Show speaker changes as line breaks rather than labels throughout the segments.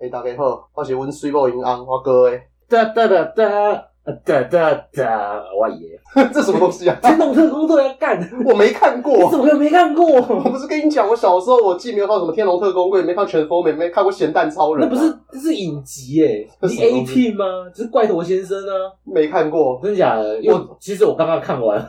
诶、大家好，我是阮水某因翁，我哥诶，
哒哒哒哒呃哒哒哒，我 爷，
这什么东西啊？
天动特工队要 干，你
我没看过
怎。么可能没看
我
过？
不是跟你讲，我小时候我既没有看过什么《天龙特工队》，也没看《全封面》，没看过《咸蛋超人啊》，
那不是这是影集 耶、
这
你
是什么
是 A
东西
T 吗？这是怪头先生啊，
没看过。
真假的？因为我其实我刚刚看完，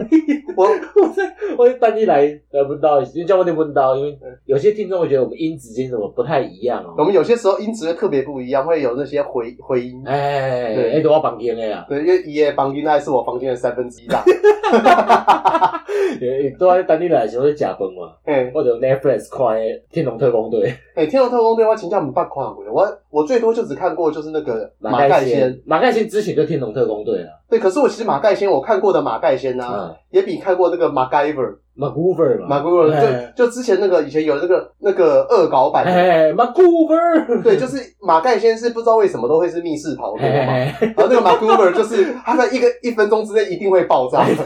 我
我在我在单一来呃不到，因为叫我念不到，因为有些听众会觉得我们音质间怎么不太一样
嗯我
哦。
们有些时候音质会特别不一样，会有那些回回音。
哎哎
对
哎，都要绑烟的啊，
对，因为一夜房间大概是我房间的三分之一大。
都要单一来的时候是假崩嘛，
嘿，
或者 Netflix 看的《天龙特工队》
哎，《天龙特工队》我请教你八看过，我我最多就只看过就是那个马盖先。
先，马盖先之前就《天龙特工队》了，
对，可是我其实马盖先我看过的马盖先啊，
嗯。
也比看过那个马盖 r
MacGuver 嘛
马盖 r
哎
就就之前那个以前有那个那个恶搞版的。
哎 MacGuver，
对，就是马盖先是不知道为什么都会是密室逃脱嘛，
哎，
然后那个马古 r 就是 他在一个一分钟之内一定会爆炸，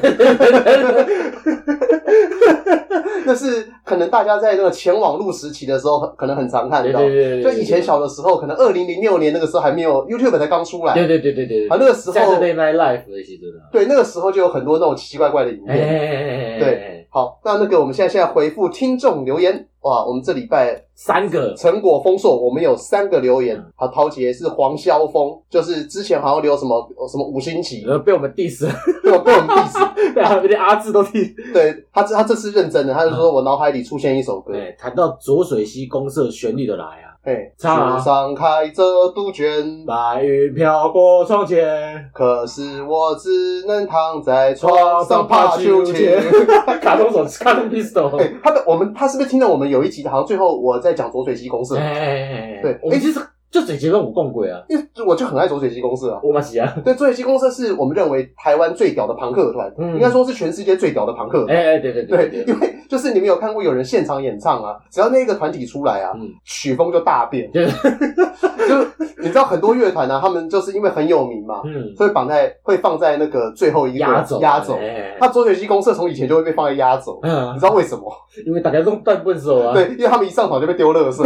那是可能大家在那个前网路时期的时候很可能很常看
对对
到。
对对，
就以前小的时候，可能二零零六年那个时候还没有 YouTube 才刚出来，
对，对对对对对
啊那个时候
，Saturday Night Live 的时候啊，
对那个时候就有很多那种奇奇怪怪的影片。
哎，
对，好，那那个我们现在现在回复听众留言哇，我们这礼拜
三个，
成果丰硕，我们有三个留言
嗯，
好，桃姐是黄萧峰，就是之前好像留什么什么五星级，
然后被我们 diss，了
被我被我们 diss，
对啊，连阿志都 diss。
对他这他这次认真的，他就说我脑海里出现一首歌，
对，哎谈到浊水溪公社旋律的来啊，
哎，树
唱啊嗯
上开着杜鹃，
白云飘过窗前，
可是我只能躺在
床
床上
上
怕
怕
秋
秋
千
千。， 卡通手，卡通 pistol，
哎，他的我们他是不是听到我们有一集好像最后我在讲浊水溪公社，
哎，
对
我们其实就水节跟武共鬼啊，
因为我就很爱浊水溪公社啊。
我嘛是啊，
对，浊水溪公社是我们认为台湾最屌的朋克团，
嗯
应该说是全世界最屌的朋克团。
哎哎，对对对
对，因为就是你们有看过有人现场演唱啊，只要那个团体出来啊，
嗯
曲风就大变。
对
就是你知道很多乐团啊，他们就是因为很有名嘛，
嗯，
所以绑在会放在那个最后一个
压轴哎
压轴。他左水溪公社从以前就会被放在压轴，你
嗯
知，道为什么？
因为大家都笨笨手啊，
对，因为他们一上场就被丢垃 圾。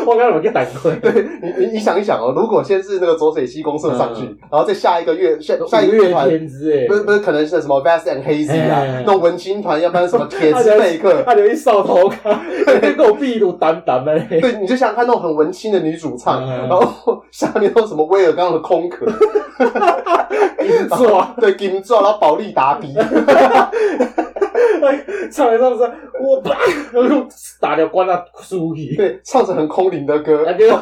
我刚刚有去胆亏，
对你你你想一想哦，如果先是那个左水溪公社上去，
嗯
然后再下一个乐下下一
五
个乐
月
团，
天之哎，
不是不是可能是什么 Vast and Hazy 啊，
哎
那种文青团，要不然 什么铁之贝克，
他留一扫头卡，他跟我壁炉胆胆的嘞，
对，你就想看那种很文青的女主唱，
嗯
然后下面都什么威尔刚的空壳，
没错，
对，金钻，然后保利达比，
唱一唱说，我啪，然后打掉关了输去，
对，唱着很空灵的歌，
啊
然
对
后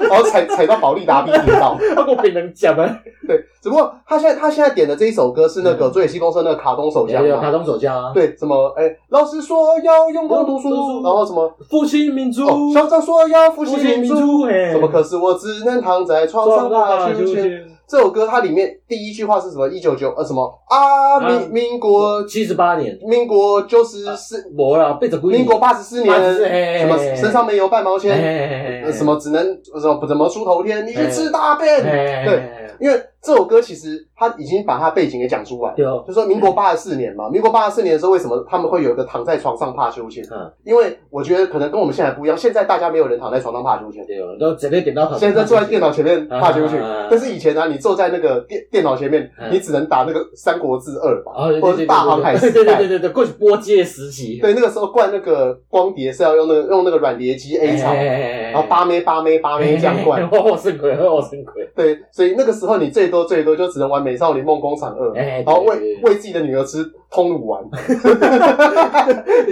然后踩踩到保利达比跌倒，
他跟别人讲啊，
对，只不过他现在他现在点的这一首歌是那个
嗯
追尾西公社那个卡通手
有
枪
有
嘛
卡。通手枪啊，
对，什么？哎，老师说要用功读
用功读
书，
书
然后什么？
复兴民族，
哦，校长说要复
复
习
兴
民
民
族，
族，嘿，
什么？可是我只能躺在床上打秋千。这首歌它里面第一句话是什么？一九九呃什么啊？民民国
七十八年，
民国九十四，
无啦，被十几
民
年，
国八十四年，
84
什么
嘿
身上没有半毛钱，呃
哎
什么只能什么怎么出头天，你去
哎
吃大便。对
对
因为这首歌其实它已经把它背景给讲出来，
对哦，
就说民国八十四年嘛，民国八十四年的时候，为什么他们会有一个躺在床上怕秋千？
嗯
因为我觉得可能跟我们现在不一样，现在大家没有人躺在床上怕秋千，
对哦，都直接点到
现在坐在电脑前面怕秋千
啊啊啊啊。
但是以前呢、你坐在那个电电脑前面，
嗯
你只能打那个《三国志二》吧，
哦，对
或
对
者
对
是大航海时
对对对
代
对。对对，过去波街时期，
对，那个时候灌那个光碟是要用那个用那个软碟机 A 槽，
然
然后八妹八妹八妹这样灌。
我我肾亏，我肾亏，
对，所以那个时候你最多最多就只能玩《美少女梦工厂二》，
哎，
然后
对
喂，喂自己的女儿吃通乳丸。
对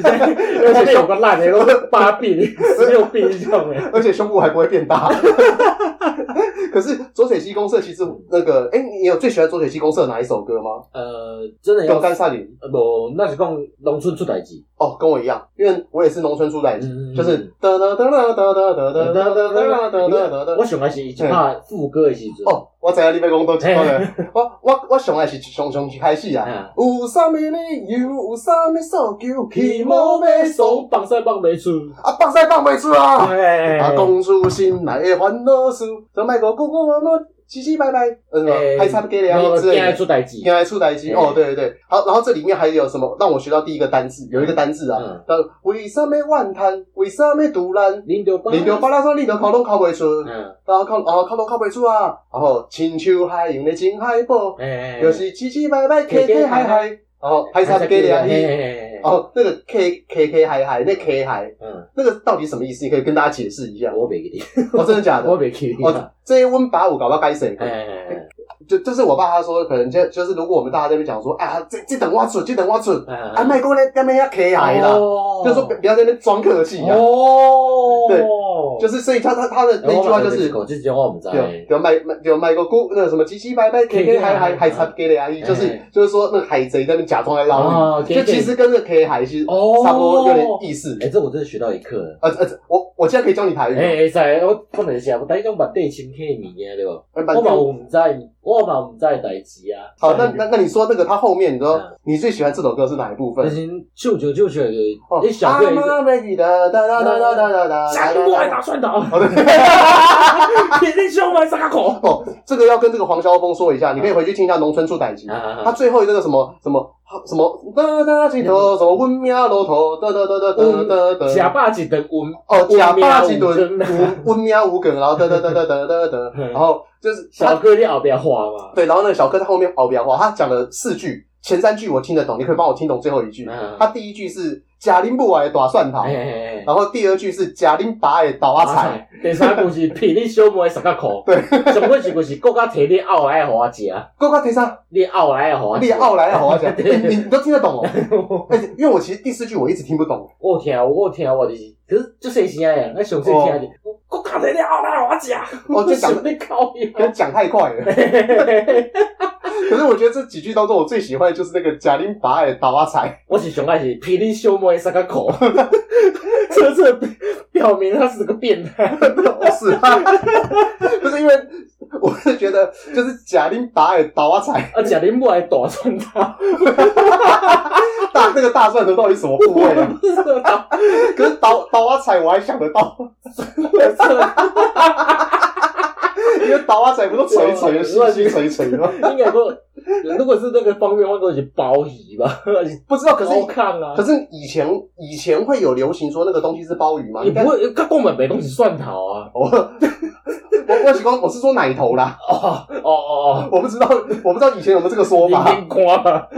对对而且有个烂的，都是八病、十六病这种的，
而且胸部还不会变大。可是左水溪公社其实那个，哎、你有最喜欢左水溪公社哪一首歌吗？
呃，真的
用
要
干萨林
呃不，那是讲农村出代志，
哦，跟我一样，因为我也是农村出来的，
嗯
就是哒哒哒哒哒哒哒哒哒哒哒哒哒
我想欢是一怕副歌的时阵，
哦，我知影你要讲倒一个
嘿
咧， 我我我上来是上上一开始啊，
啊，
有啥物理由，有啥物诉求，起
皮
毛
毛
要
没
爽
松，，绑塞绑没出，
啊放屎放袂出啊！
哎
啊，讲出心内的烦恼事，就莫个久久慢慢七七拜拜，呃，什么
哎
还差不给了
然后
之类
现在
的。
出代际，
原来出台机
哎
哦，对对对，好，然后这里面还有什么让我学到第一个单字？有一个单字啊
嗯，
叫为什么万滩，为什么独蓝，
零六八，
你就巴拉说你就考拢考袂出，
嗯，
然后考哦考拢考袂出啊，然后亲像海洋的深海宝，
哎，
就，是七七拜拜 K K 嗨嗨，然后海
还
产给了
嘿
你。
嘿嘿嘿
哦，那个 K K K 嗨嗨，那 K 嗨，
嗯，
那个到底什么意思？你可以跟大家解释一下。
我袂记得，
哦，真的假的？
我袂记得
哦，，这一温把我搞到该谁？
哎哎，哎
就就是我爸他说，可能就就是如果我们大家在那边讲说，啊，这这等我准，这等我准，
哎
啊，卖过来干嘛要 K 嗨啦？
哦
就说不不要在那边装客气啊。
哦，哎
对就是是所以他他他的那句话就是。
这句话我们知道欸
对，对，卖卖对卖个姑那个什么唧唧拜拜，K K 海海海差给的阿姨，就是
哎
就是说那个海贼在那边假装在捞
哦
鱼，就其实跟那个 K 海是
哦
差不多有点意思。
哎，这我真的学到一课了。
呃呃，我我现在可以教你台语
哎，会使，我可能是啊，我第一种目底深刻的物件对无？
吗。
我嘛
我
有毋知，我嘛毋知的代志啊。
好，那那那你说那个他后面，你说
嗯
你最喜欢这首歌是哪一部分
但？是舅舅舅舅的，
哦
你小个一个，
妈咪咪哒哒哒哒哒哒哒哒
下
哒
个我还
哒。
打算打，
哦对，
铁定胸怀杀口。
哦，这个要跟这个黄霄峰说一下，你可以回去听一下《农村处歹集》。他
啊，
最后那个什么什么什么哒哒起
嗯
头，什么温喵楼头哒哒哒哒哒哒
假
哒，
霸气等我们
哦，假巴起顿
嗯温喵五
温喵无梗，然后哒哒哒哒哒哒 哒，然后就是
小
他
哥你后边画嘛。
对，然后那个小哥在后面哦熬标话，他讲了四句，前三句我听得懂，你可以帮我听懂最后一句。
嗯
他第一句是假林不的打蒜头，
哎哎哎，
然后第二句是假林拔的倒阿菜，
菜。第三句是骗你小妹十个口。
对，
上尾一句是国家摕你后来互我食，
够快提上，
你后来互我食
你。傲来啊，好好 讲，
对
你你你都听得懂哦。而且因为我其实第四句我一直听不懂，
我有听，我有听，我就是，可是就细声诶，咱上细听的是国家摕你后来互我
哦
食。
就讲
你靠
跟
呀。
讲太快 了。可是我觉得这几句当中，我最喜欢的就是那个贾玲拔的倒阿 彩，
我是上爱是霹雳小妹三个口，这这表明他是个变态。
不是啊，就是因为我是觉得就是贾玲拔的倒阿彩，
啊，贾玲木还打穿他，
大那个大蒜头到底什么部位
我
啊？
不知道。
可是倒倒阿彩我还想得到，因为倒阿彩不是锤锤的，细细锤锤吗？
应该说，如果是那个方面，话，都是包鱼吧，
不知道，可是
高亢啊
可。是以前以前会有流行说那个东西是鲍鱼吗？
你
应该
不会，他根本没东西蒜头啊！
我 我我喜欢我是说奶头啦，
哦哦哦
我不知道我不知道以前有没有这个
哦，
说
你
法。
听瓜吧。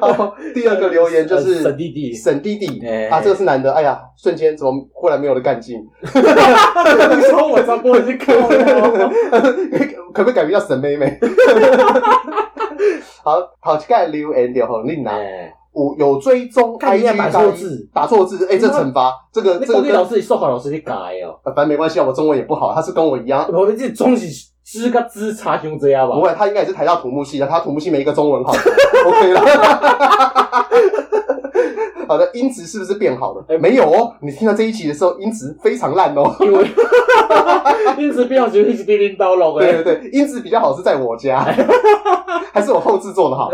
然后第二个留言就
呃沈
是
弟 弟，
沈弟弟
哎
啊，这个是男的，哎呀，瞬间怎么忽然没有了干劲？
你说我张波去看哦，
可不可以改名叫沈妹妹？ 好好，去盖留言掉吼，令男
哎，
有有追踪
看
IG
人家打错字，
打错字，哎，这惩罚这个这
那
个
公立
跟
老师、授课老师去改哦。
反正没关系啊，我中文也不好，他是跟我一样。
我们这总是知个知差兄这样吧
不。会，他应该也是台大土木系的，他土木系没一个中文好，OK 了。 好的，音质是不是变好了？
哎
没有哦，你听到这一集的时候，音质非常烂哦。
因为 一直不要觉得是叮叮叨叨
对
的，
对对，音质比较好是在我家，还是我后置做的好？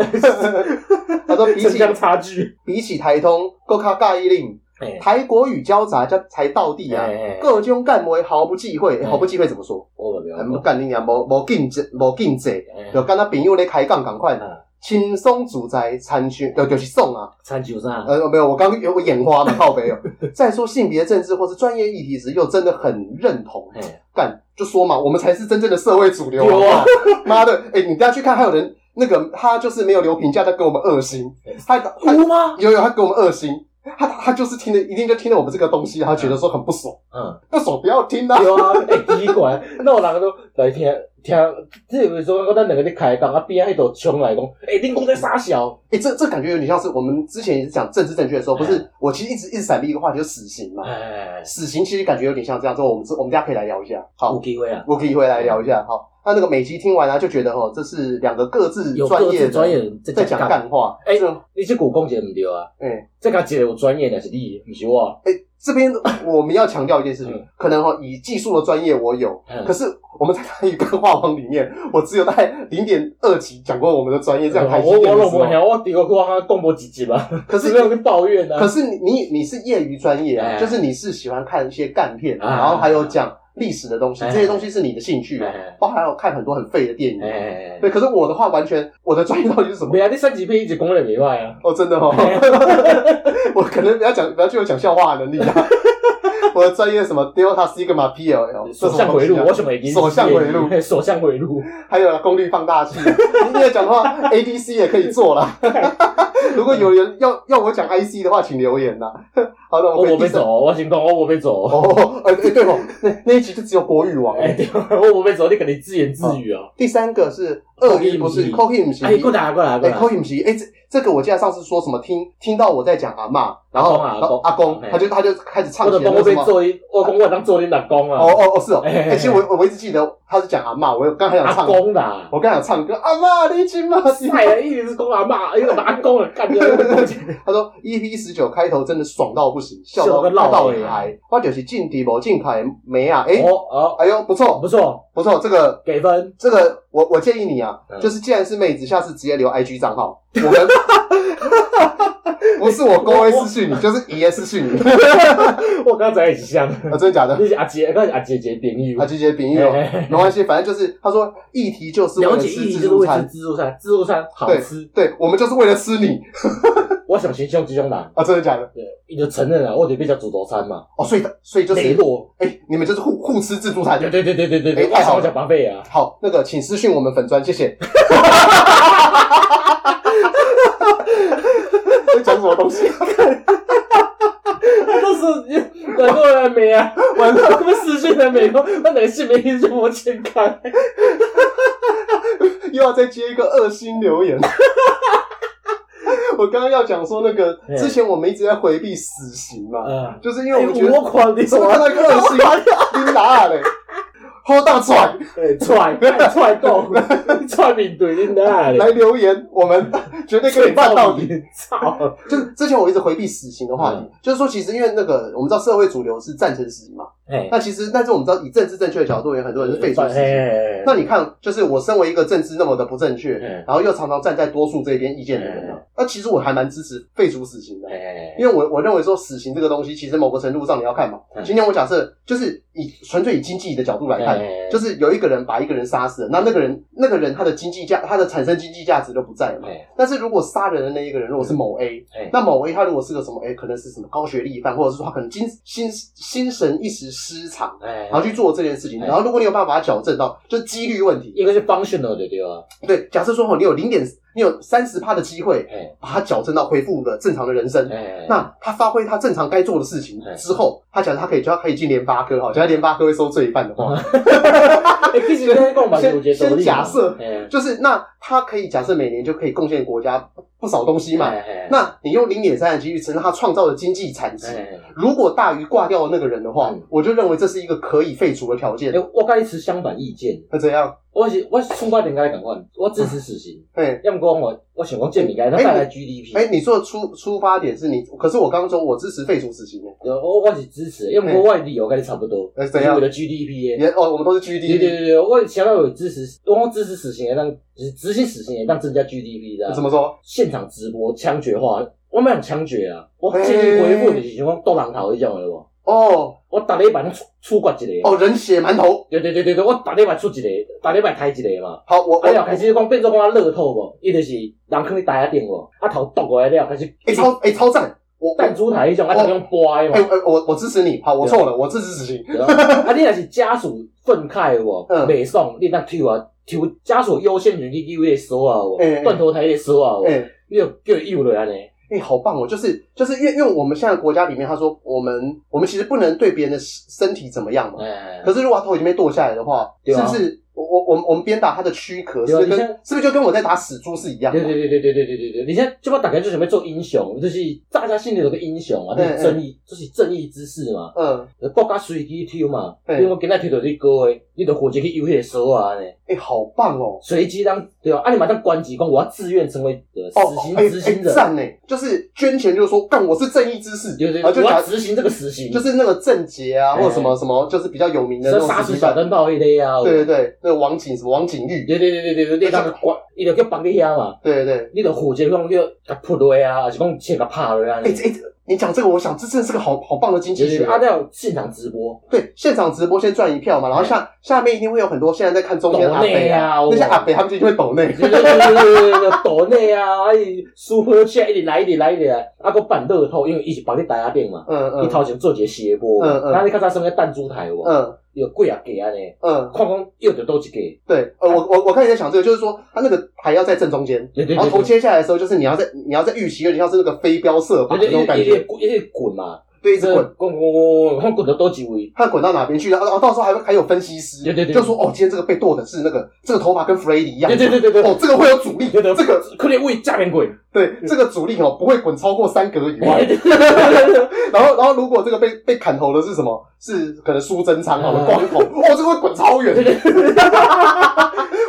他说比
城
起
乡差距。
比起台通，够卡尬一令，
哎
台国语交杂才才到地啊，
哎，
各种干为毫不忌讳，
哎
毫不忌讳怎么说？
我没有哎
嗯，干你娘，无无禁忌，无禁忌，就跟他朋友咧开杠赶快
嗯
轻松自在，参选就就是送啊。
参酒啥？
呃，没有，我刚有我眼花嘛，靠北哦。在说性别政治或是专业议题时，又真的很认同。
哎，
干就说嘛，我们才是真正的社会主流。
有啊
好不好 妈的，哎、你大家去看，还有人那个他就是没有留评价，他给我们二星，
哎
他他
哭吗？
有有他给我们二星，他他就是听了一定就听了我们这个东西，他觉得说很不爽，
嗯，
不爽不要听啊。
对啊，哎，奇怪，那我人都来听听，这有时候我咱两个在开讲，啊边仔迄道冲来讲，哎，恁讲在傻笑，
哎、这这感觉有点像是我们之前也是讲政治正确的时候，不是我其实一直一直闪避一个话题，就是死刑嘛。
哎，
死刑其实感觉有点像这样，之后我们之我们大家可以来聊一下。好
有，机会啊，
我可以回来聊一下。好，那那个美琪听完呢、就觉得哦，这是两个各自
有
专
各
业
自
的
专业人
在
在
讲
讲干，
干话。
哎
这
你这句讲者毋对啊，
哎
这个一个有专业的是你，毋是我，
哎，这边我们要强调一件事情
嗯，
可能哦，以技术的专业我有，
嗯
可是我们在台语干话王里面，我只有在零点二级讲过我们的专业，这样台积
嗯我
电
我
的
拢
时
无
候。
听，我第个我刚讲无一集啊，
可
是
是
没有去抱怨啊
可。是你你你是业余专业啊，
哎
就是你是喜欢看一些干片，
啊
然后还有讲历史的东西，
哎
这些东西是你的兴趣
哎哎，
包含还有看很多很废的电影。
哎，
对，可是我的话，完全我的专业到底是什么？
袂啊，你三级片一直讲了袂歹啊。
哦，真的 哦，我可能比较讲比较具有讲笑话的能力 啊。我的专业什么 Delta Sigma PLL 这
所
种
向回路，我
东西
想已经
所向回路，
嘿所向回路，
啊，还有啦功率放大器。你要讲的话，ADC 也可以做 啦。如果有人要要我讲 IC 的话，请留言啦。好的，
我
回
哦我被
第三
走，我先讲，我我被走，
哦，哎、哎对哦，那那一集就只有国语王。
哎，对，我我被走，你肯定自言自语哦。
第三个是鳄鱼，不是 c o k i 不是，
哎，过来过来过
哎 c
来
o，k i 不是，哎、这这个我记得上次说什么听听到我在讲阿嬷，然后
阿公啊
然后
阿
阿
公
公，他就他就开始唱
我就
起
讲
来
我
那
被
什么。
做你，我讲我当做你老公啊
哦，哦哦是哦，
哎
哎、
哎哎
其实我我一直记得他是讲阿嬷，我刚才想
阿
唱，哎
公啦。
我刚才想唱歌，阿嬷你今嘛，
晒了，一直是公阿妈，一个阿公了，干掉一个东西。
他说 EP 十九开头真的爽到不行，笑
笑
到
到
笑到
落
尾
泪
癌，我就是进敌无进凯没啊，哎、
哦
哎呦不
哦，
错
不错，
不错，这个
给分。
这个我我建议你啊，
嗯
就是既然是妹子，下次直接留 IG 账号，我 们不是我公会私讯你，就是爷爷私讯你， 啊，
我刚才也是像，
真的假的？
你是阿姐，刚才阿姐姐朋友
呃啊，。这些饼友
嘿嘿嘿
没关系，反正就是他说议题就是为
了
了
解
吃
意
自
义就是
助
为吃
餐，
自助餐，自助餐好吃。
对我们就是为了吃你
我想形象之中啦，
啊，真的假的？
你就承认了，我得被叫自助餐嘛，
哦，所以所以就是
磊落。
哎，你们就是互互吃自助餐
对。对对对对对对，
哎
我
太好
想
了
讲巴贝啊，
好，那个请私讯我们粉砖，谢 谢。在讲什么东西？
都是软弱的美啊，软弱他们失去了美国，那哪个性别因素我健康？
又要再接一个恶心留言。 我刚刚要讲说那个
嗯，
之前我们一直在回避死刑嘛，
嗯，
就是因
哎
为我们觉得
我狂你
怎么看到一个恶心，你哪嘞？好大喘
哎踹干踹动，踹面对你哪里
来？留言，我们绝对跟你办到底。，
操！
就是之前我一直回避死刑的
嗯
话题，就是说其实因为那个我们知道社会主流是赞成死刑嘛，
哎，
那其实但是我们知道以政治正确的角度，也有很多人是废除死刑。
哎
那你看，就是我身为一个政治那么的不正确，
嗯
然后又常常站在多数这边意见的人呢、那其实我还蛮支持废除死刑的，
哎，
因为我我认为说死刑这个东西，其实某个程度上你要看嘛
嗯。
今天我假设就是以纯粹以经济的角度来看，
哎
就是有一个人把一个人杀死了，那那个人那个人他的经济价，他的产生经济价值就不在了嘛。
哎
但是如果杀人的那一个人如果是某 A，
哎
那某 A 他如果是个什么 A，可能是什么高学历犯，或者是说他可能精心心神一时失常，
哎
然后去做这件事情。
哎
然后如果你有办法把它矫正到，就是几率问题。
一个是 functional 的对吧？
对，假设说哦，你有零点，你有三十趴的机会
哎
把它矫正到恢复了正常的人生。
哎，
那他发挥他正常该做的事情
哎
之后，他假设他可以，他可以进联发科哈，假如联发科会收罪犯的
嗯
话，
哎，其实跟讲嘛，我觉得道理嘛
先先假设
哎
就是那他可以假设每年就可以贡献国家不少东西嘛。
哎哎
那你用零点三的几率乘上他创造的经济产值，
哎
如果大于挂掉的那个人的话
嗯，
我就认为这是一个可以废除的条件
哎，。我跟你持相反意见，
那怎样？
我是我出发点跟你同款，我支持死刑，
哎
要么讲我我想讲这物件，它带来 GDP。
哎，你说的出出发点是你，可是我刚刚说我支持废除死刑耶欸
对我我是支持的，要么讲我的理由跟你差不多，
哎
就是
怎样
为了 GDP 的。
也哦，我们都是
对对
GD，
对对，我想要有支持，我讲支持死刑的，让就是执行死刑的，让增加 GDP 的。啊
哎怎么说？
现场直播枪决化，我没有枪决啊，我建议回复就是想讲斗人头迄种的无，
哦
我逐礼拜出出国一个，
哦，人血馒头。
对对对对对，我逐礼拜出一个，逐礼拜抬一个嘛。
好，我我
啊了开始讲变做讲啊乐透无，伊就是人囥你台仔顶无，啊头剁过来了开始
哎超哎超赞，我我
弹珠台迄种啊就用拨的
哎、
嘛。
哎我我支持你，好，我错了，我支持死刑。
对啊啊你若是家属愤慨有无，
嗯
袂爽你当抽啊抽家属优先权去揪迄个锁啊有无
嗯嗯，
断头台迄个锁啊有
哎、
无，你就叫伊摇落安尼。
哎、好棒哦！就是就是因为因为我们现在国家里面，他说我们我们其实不能对别人的身体怎么样嘛。
哎
可是如果他头已经被剁下来的话，
对
是
啊
不是我我我们我们鞭打他的躯壳，是
对啊
不是
你
跟
像
是不是就跟我在打死猪是一样的？
对对对对对对对对对，你现在就把打开就准备做英雄，就是大家心里有个英雄啊，
哎
就是正义，就是正义之士嘛，
嗯，
国家随机抽嘛，
对
比如讲今仔抽到你哥的，你就负责去游迄个锁啊呢，
哎、好棒哦！
随机当对啊，啊你马上官职讲我要自愿成为呃
哦
死，刑
哎
执
哎
行者，
赞呢，就是捐钱就是说干我是正义之士，
对对
然后
对，
就
我
打
要执行这个死刑，
就是那个郑杰啊，
哎
或者什么什么，就是比较有名的那
像
种
杀死
死刑
小
犯
灯泡迄个啊，
对对对，那个王景什么王景玉，
对对对对对对，那个官伊就叫绑你遐嘛，
对对。
你就负责讲叫甲扑落啊，还是讲切甲拍落啊？
哎、这、哎这你讲这个，我想这真的是个好好棒的经济
就
学
是。啊，那有现场直播，
对，现场直播先赚一票嘛，然后下下面一定会有很多现在在看中间的阿
哎抖内
北
啊
那些阿北他们就一定会抖内。
就是就是岛内啊，啊伊 Super Chat 一直来一直来一直来，啊，搁办乐透，因为伊是绑你台下顶嘛，
嗯
伊
嗯
头前做一个斜坡，
嗯嗯
那你较早算个弹珠台有无？
嗯
有几啊个安尼，
嗯，
看讲又着倒一个，
对，呃，我我我开始在想这个，就是说他那个牌要在正中间，
对对对
然后头
对。
切下来的时候，就是你要在你要在预期，有点像是那个飞镖射靶
就
那
是
种感
一直
觉，
滚，一直滚嘛，
对，一
一
直滚，
滚滚滚滚，看滚到倒一位，
看滚到哪边去，然后然后到时候还会还有分析师，
对对对
就说哦，今天这个被剁的是那个这个头发跟弗雷迪一样
对，对对对对，
哦，这个会有阻力，
对对
这个
可能位下面滚，
对这个阻力哦不会滚超过三格以外
对，对对
然后，然后如果这个被被砍头的是什么？是可能苏贞昌好了，
嗯
光头，哦，这个会滚超远，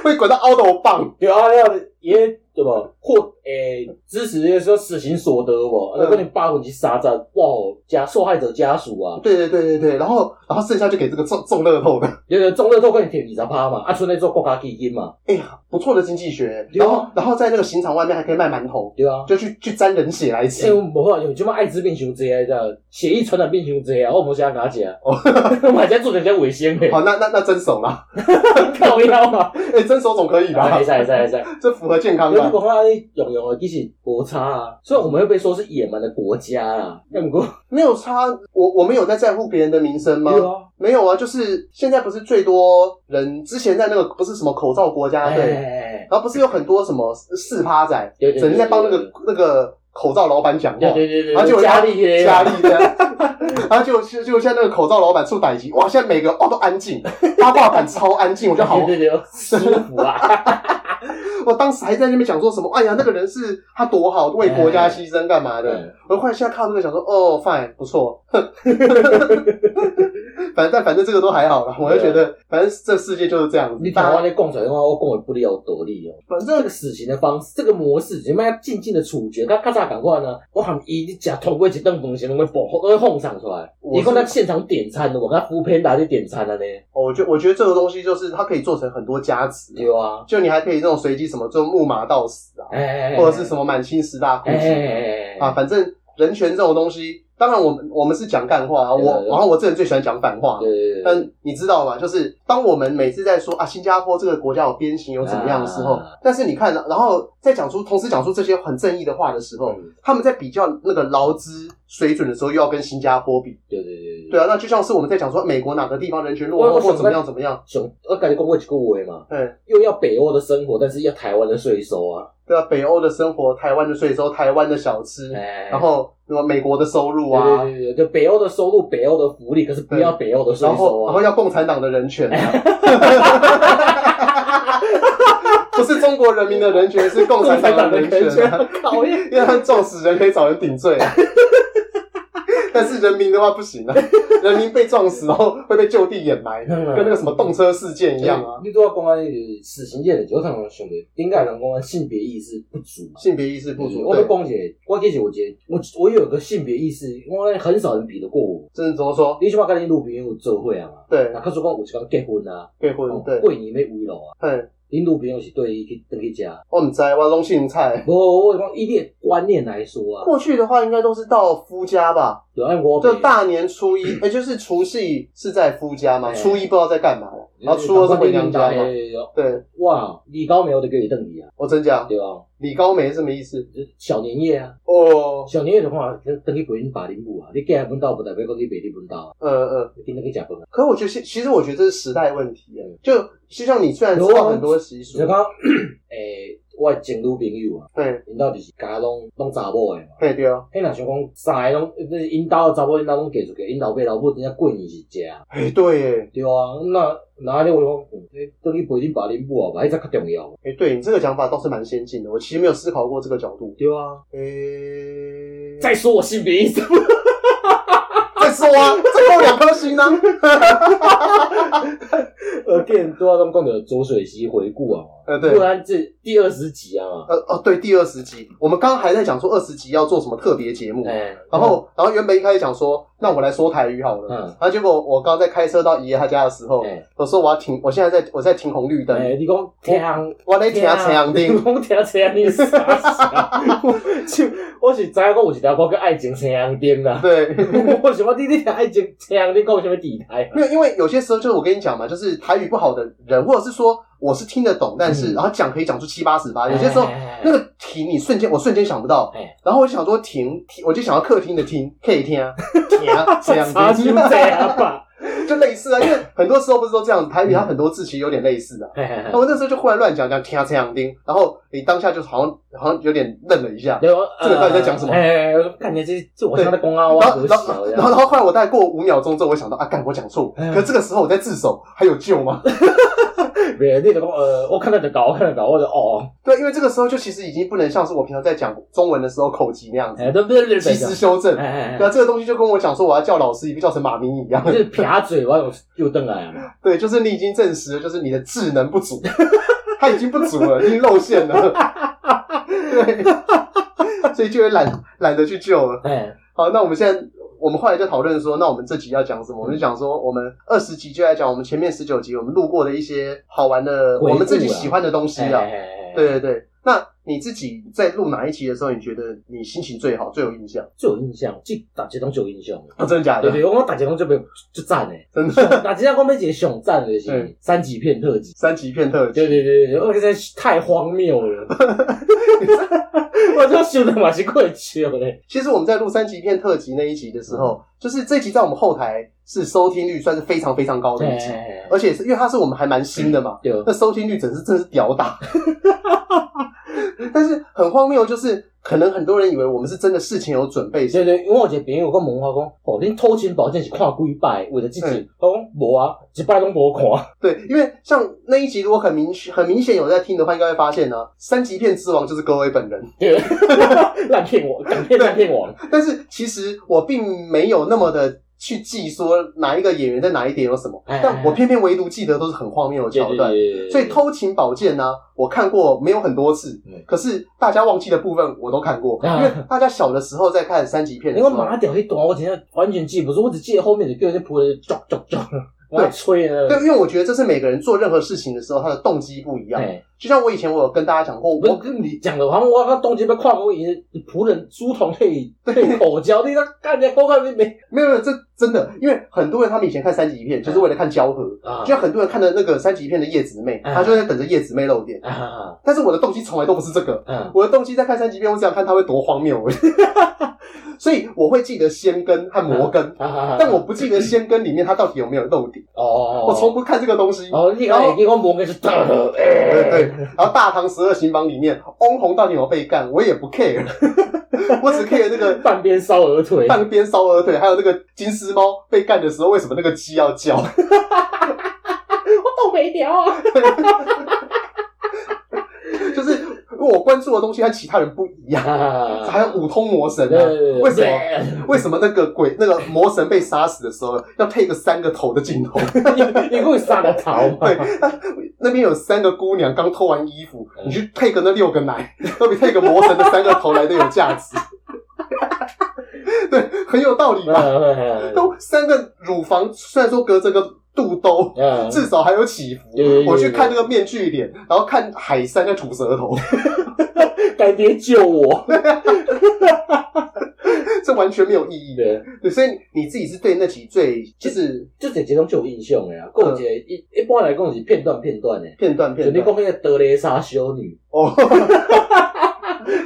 会滚到凹头棒。
对啊，要也对吧？或诶、支持说死刑所得不？
嗯
那可能八分之三十，哇哦，家受害者家属啊，
对对对对对，然后然后剩下就给这个中中乐透的，
就是中乐透可能摕二十趴嘛，啊，剩咧做国家基金嘛，
不错的经济学。
对啊
然后然后在那个刑场外面还可以卖馒头，
对啊。
就去去沾人血来
因
吃。
为无法，因为即摆艾滋病伤济啊，这血液传染病伤济啊，我无啥敢食，我嘛在做点些卫生的，
好，那那那蒸熟啦，
靠腰嘛，
哎，蒸熟总可以吧
会？使会使会使。
这符合健康
可是你
的。
讲啊，你用用的其实无差啊，虽然我们会被说是野蛮的国家啊，
嗯
但不过
没有差，我我们有在在乎别人的名声吗？
啊，
没有啊，就是现在不是最多人之前在那个不是什么口罩国家队。
哎，
然后不是有很多什么四趴仔，
对对对
整天在帮那
对
个那个口罩老板讲话
对，对对对，
然后啊就有
家里的
压力的， 然后就就就像那个口罩老板出歹机，哇，现在每个哦都安静，八卦版超安静，我
我
就好，
对 对对，舒服啊，
我当时还在那边讲说什么，哎呀，那个人是他多好，为国家牺牲干嘛
哎
的，我后来现在看到这个想说，哦，fine，不错， 反正但反正这个都还好啦，我就觉得，反正这世界就是这样子
啊你，啊台湾的讲出来的话，我讲的不了道理哦。
反
这
正
个死刑的方式，这个模式，你们要静静的处决，跟较早赶快呢。我喊伊，你食通过一顿饭前，拢会爆，拢会哄上出来。
我是
你讲他现场点餐的，我跟他扶贫打去点餐了呢，
我觉我觉得这个东西就是它可以做成很多加值，
对啊，
就你还可以那种随机什么，就木马到死啊，
哎，
或者是什
么，
么满清十大酷刑
哎，
啊，，反正人权这种东西，当然我们我们是讲干话啊，
对啊
我
对啊
然后我这人最喜欢讲反话。
对对对，
但嗯你知道吗？就是当我们每次在说啊，新加坡这个国家有鞭刑有怎么样的时候，
啊
但是你看，然后再讲出同时讲出这些很正义的话的时候，
嗯
他们在比较那个劳资水准的时候，又要跟新加坡比。
对对对
对啊，那就像是我们在讲说美国哪个地方人权落后
我我
或
想
怎么样怎么样，
想，我感觉讲过一句话嘛，
嗯。
又要北欧的生活，但是要台湾的税收啊，
对啊，北欧的生活，台湾的税收，台湾的小吃，
哎，
然后什么美国的收入
对
啊，
对对对，就北欧的收入，北欧的福利，可是不要北欧的税
然
收
后然后
啊，
要共产党的人权、 啊，不是中国人民的人权，是共产党的人权、啊，
讨厌。
因为他们撞死人可以找人顶罪、 啊。但是人民的话不行啊，人民被撞死然后会被就地掩埋，跟那个什么动车事件一样啊。
你做公安死刑界的，就通常想着顶解人公安性别意识不足嘛。
性别意识不足，
我
对
跟讲姐，我其实我觉得我我有个性别意识，我很少人比得过我。
真的怎么说？
你起码跟你女朋友做伙啊嘛，
对，
那可是讲有一天结婚啊，
结婚对，
过年要围炉啊，
嘿，
你女朋友是对伊去等去食。
我唔知道，我拢姓蔡。
哦我我讲以你的观念来说啊，
过去的话应该都是到夫家吧，
有按我
就大年初 一，哎、就是除夕是在夫家嘛，
哎
初一不知道在干嘛，然后初二是回娘家嘛。对，
哇，李高梅我得给你等你啊，
我真讲，
对吧？
李高梅是什么意思？
就是小年夜啊，
哦，
小年夜的话，等去陪恁爸恁母啊，你嫁来本岛不代表讲你陪你本岛啊，
呃呃，
你跟那去食饭啊。
可我觉得，其其实我觉得这是时代问题，哎就就像你虽然知
啊
道很多习俗
就，讲， 诶，我的前女朋友啊，
对，
因兜就是家拢拢查某诶嘛。
对对啊，
迄若想讲三个拢，你因兜的查某因兜拢嫁出去，因老爸老母真正过年是食，
哎，对，哎，
对啊。那那安尼我讲，嗯你等去陪恁爸恁母啊吧，迄才较重要。
哎，对你这个讲法倒是蛮先进的，我其实没有思考过这个角度。
对啊。
哎，
再说我性别意识，
再说啊，再给我两颗星啊 呢、
呃，电都要跟讲的浊水溪回顾啊，
呃，对
不。然这第二十集啊嘛，
呃哦，对，第二十集，我们刚刚还在讲说二十集要做什么特别节目，
哎，
然后，然后原本一开始讲说，那我来说台语好了。
嗯，
然后结果我刚在开车到姨爷他家的时候，
哎
我说我要停，我现在在我在停红绿灯，
哎，你啊讲听。
我在停啊车阳
你
灯。
讲听车你傻笑，我就我是知影讲有一条歌叫《爱情车红灯》啦。
对，
我想讲你你听《爱情车红灯》讲什么底台？
没有，因为有些时候就是我跟你讲嘛，就是台语不好的人，或者是说我是听得懂，但是、
嗯
然后讲可以讲出七八十吧。有些时候那
个
个停，你瞬间我瞬间想不到，
哎
然后我就想说停，停我就想要客厅的厅，可以听啊，停啊，这样
差距
子，
这样吧。
就类似啊，因为很多时候不是都这样子，台语它很多字其实有点类似的、啊。
嘿嘿嘿
那我那时候就忽然乱讲讲听啊这样听，然后你当下就好像好像有点愣了一下，
对，我
这个到底在讲什么
呃哎，我感觉这这我像在公啊，
然
我
后
很
然后
小
然后然后后来我大概过五秒钟之后，我想到啊，干我讲错，
嗯
可这个时候我在自首，还有救吗？
别你就讲呃，我看到就搞，我看到就搞，我就哦，
对，因为这个时候就其实已经不能像是我平常在讲中文的时候口疾那样子，
哎，都不是日
及
本
时
的，
修正。
哎哎
对啊，
哎，
这个东西就跟我讲说我要叫老师，一个叫成马明一 样。
就是撇嘴，我又又登来了嘛。
对，就是你已经证实了，就是你的智能不足，它已经不足了，已经露馅了。对，所以就会懒懒得去救了。
哎，
好，那我们现在我们后来就讨论说，那我们这集要讲什么？我们就讲说，我们二十集就来讲我们前面十九集我们路过的一些好玩的，
回顾啊
我们自己喜欢的东西
哎
啊。
哎哎哎
对对对，那你自己在录哪一集的时候，你觉得你心情最好、最有印象？
最有印象，这大家拢最有印象。
啊，真的假
对
的？
对，我讲大家拢最有最赞诶。
真的
大家讲要一个上赞的
嗯
是三级片特辑。
三级片特辑，
对对对对，我实在是太荒 谬了，我就想的嘛是过笑嘞。
其实我们在录三级片特辑那一集的时候，就是这集在我们后台是收听率算是非常非常高的一集，
哎
而且是因为它是我们还蛮新的嘛，
对，
那收听率真是真是屌打。 但是很荒谬，就是可能很多人以为我们是真的事情有准备，
对对，因为我有一个朋友跟问我讲，哦，恁偷情保健是看几摆，为了自己
嗯，
我讲无啊，一摆拢无看。
对，因为像那一集如果很明很明显有在听的话，应该会发现呢、三级片之王就是各位本人。
对， 烂片王，港片烂片王。
但是其实我并没有那么的去记说哪一个演员在哪一点有什么，
哎
但我偏偏唯独记得都是很荒谬的桥段。
对
所以《偷情宝剑》呢，我看过没有很多次
嗯，
可是大家忘记的部分我都看过，因
啊
为大家小的时候在看三级片的
因
时
为
候，啊
马屌一段，我真的完全记不住，我只记得后面的歌就扑的啾啾啾，我要吹了。
对，因为我觉得这是每个人做任何事情的时候，他的动机不一样。
哎，
就像我以前我有跟大家讲过，
我
我
跟你讲的，好像我刚动机被跨过，你仆人书童退退口交，你那干的高干没
没有没有这真的，因为很多人他们以前看三级片就是为了看交合，
啊
就像很多人看的那个三级片的叶子妹，
嗯
他就在等着叶子妹露脸。
啊
但是我的动机从来都不是这个，
啊
我的动机在看三级片，我只想看他会多荒谬而 已。所以我会记得先根和摩根，
啊！
但我不记得先根里面他到底有没有露点。
哦，
我从不看这个东西。
哦，你讲你讲摩根是大了，
对对
哎，，
然后《大唐十二行榜》里面，翁虹到底有没有被干，我也不 care，我只 care 那个
半边烧鹅腿，
半边烧鹅腿，还有那个金丝猫被干的时候，为什么那个鸡要叫？
我都没聊啊。
就是我关注的东西和其他人不一样。
啊
还有五通魔 神啊，为什么？
么？
为什么那个鬼那个魔神被杀死的时候要配个三个头的镜 头？
你你会杀个头嘛？
对，啊那边有三个姑娘刚脱完衣服，你去配个那六个奶，都比配个魔神的三个头来的有价值。对，很有道理吧？都三个乳房，虽然说隔着个肚兜，
嗯，
至少还有起伏。我去看那个面具脸，然后看海山在吐舌头，
干爹救我。
这完全没有意义。
对，
对，所以你自己是对那集最就是
这这几种就有印象的啊。还有一个一一般来讲是片段片段的，
片段
就
片
你讲
段
那个德雷莎修女、
哦，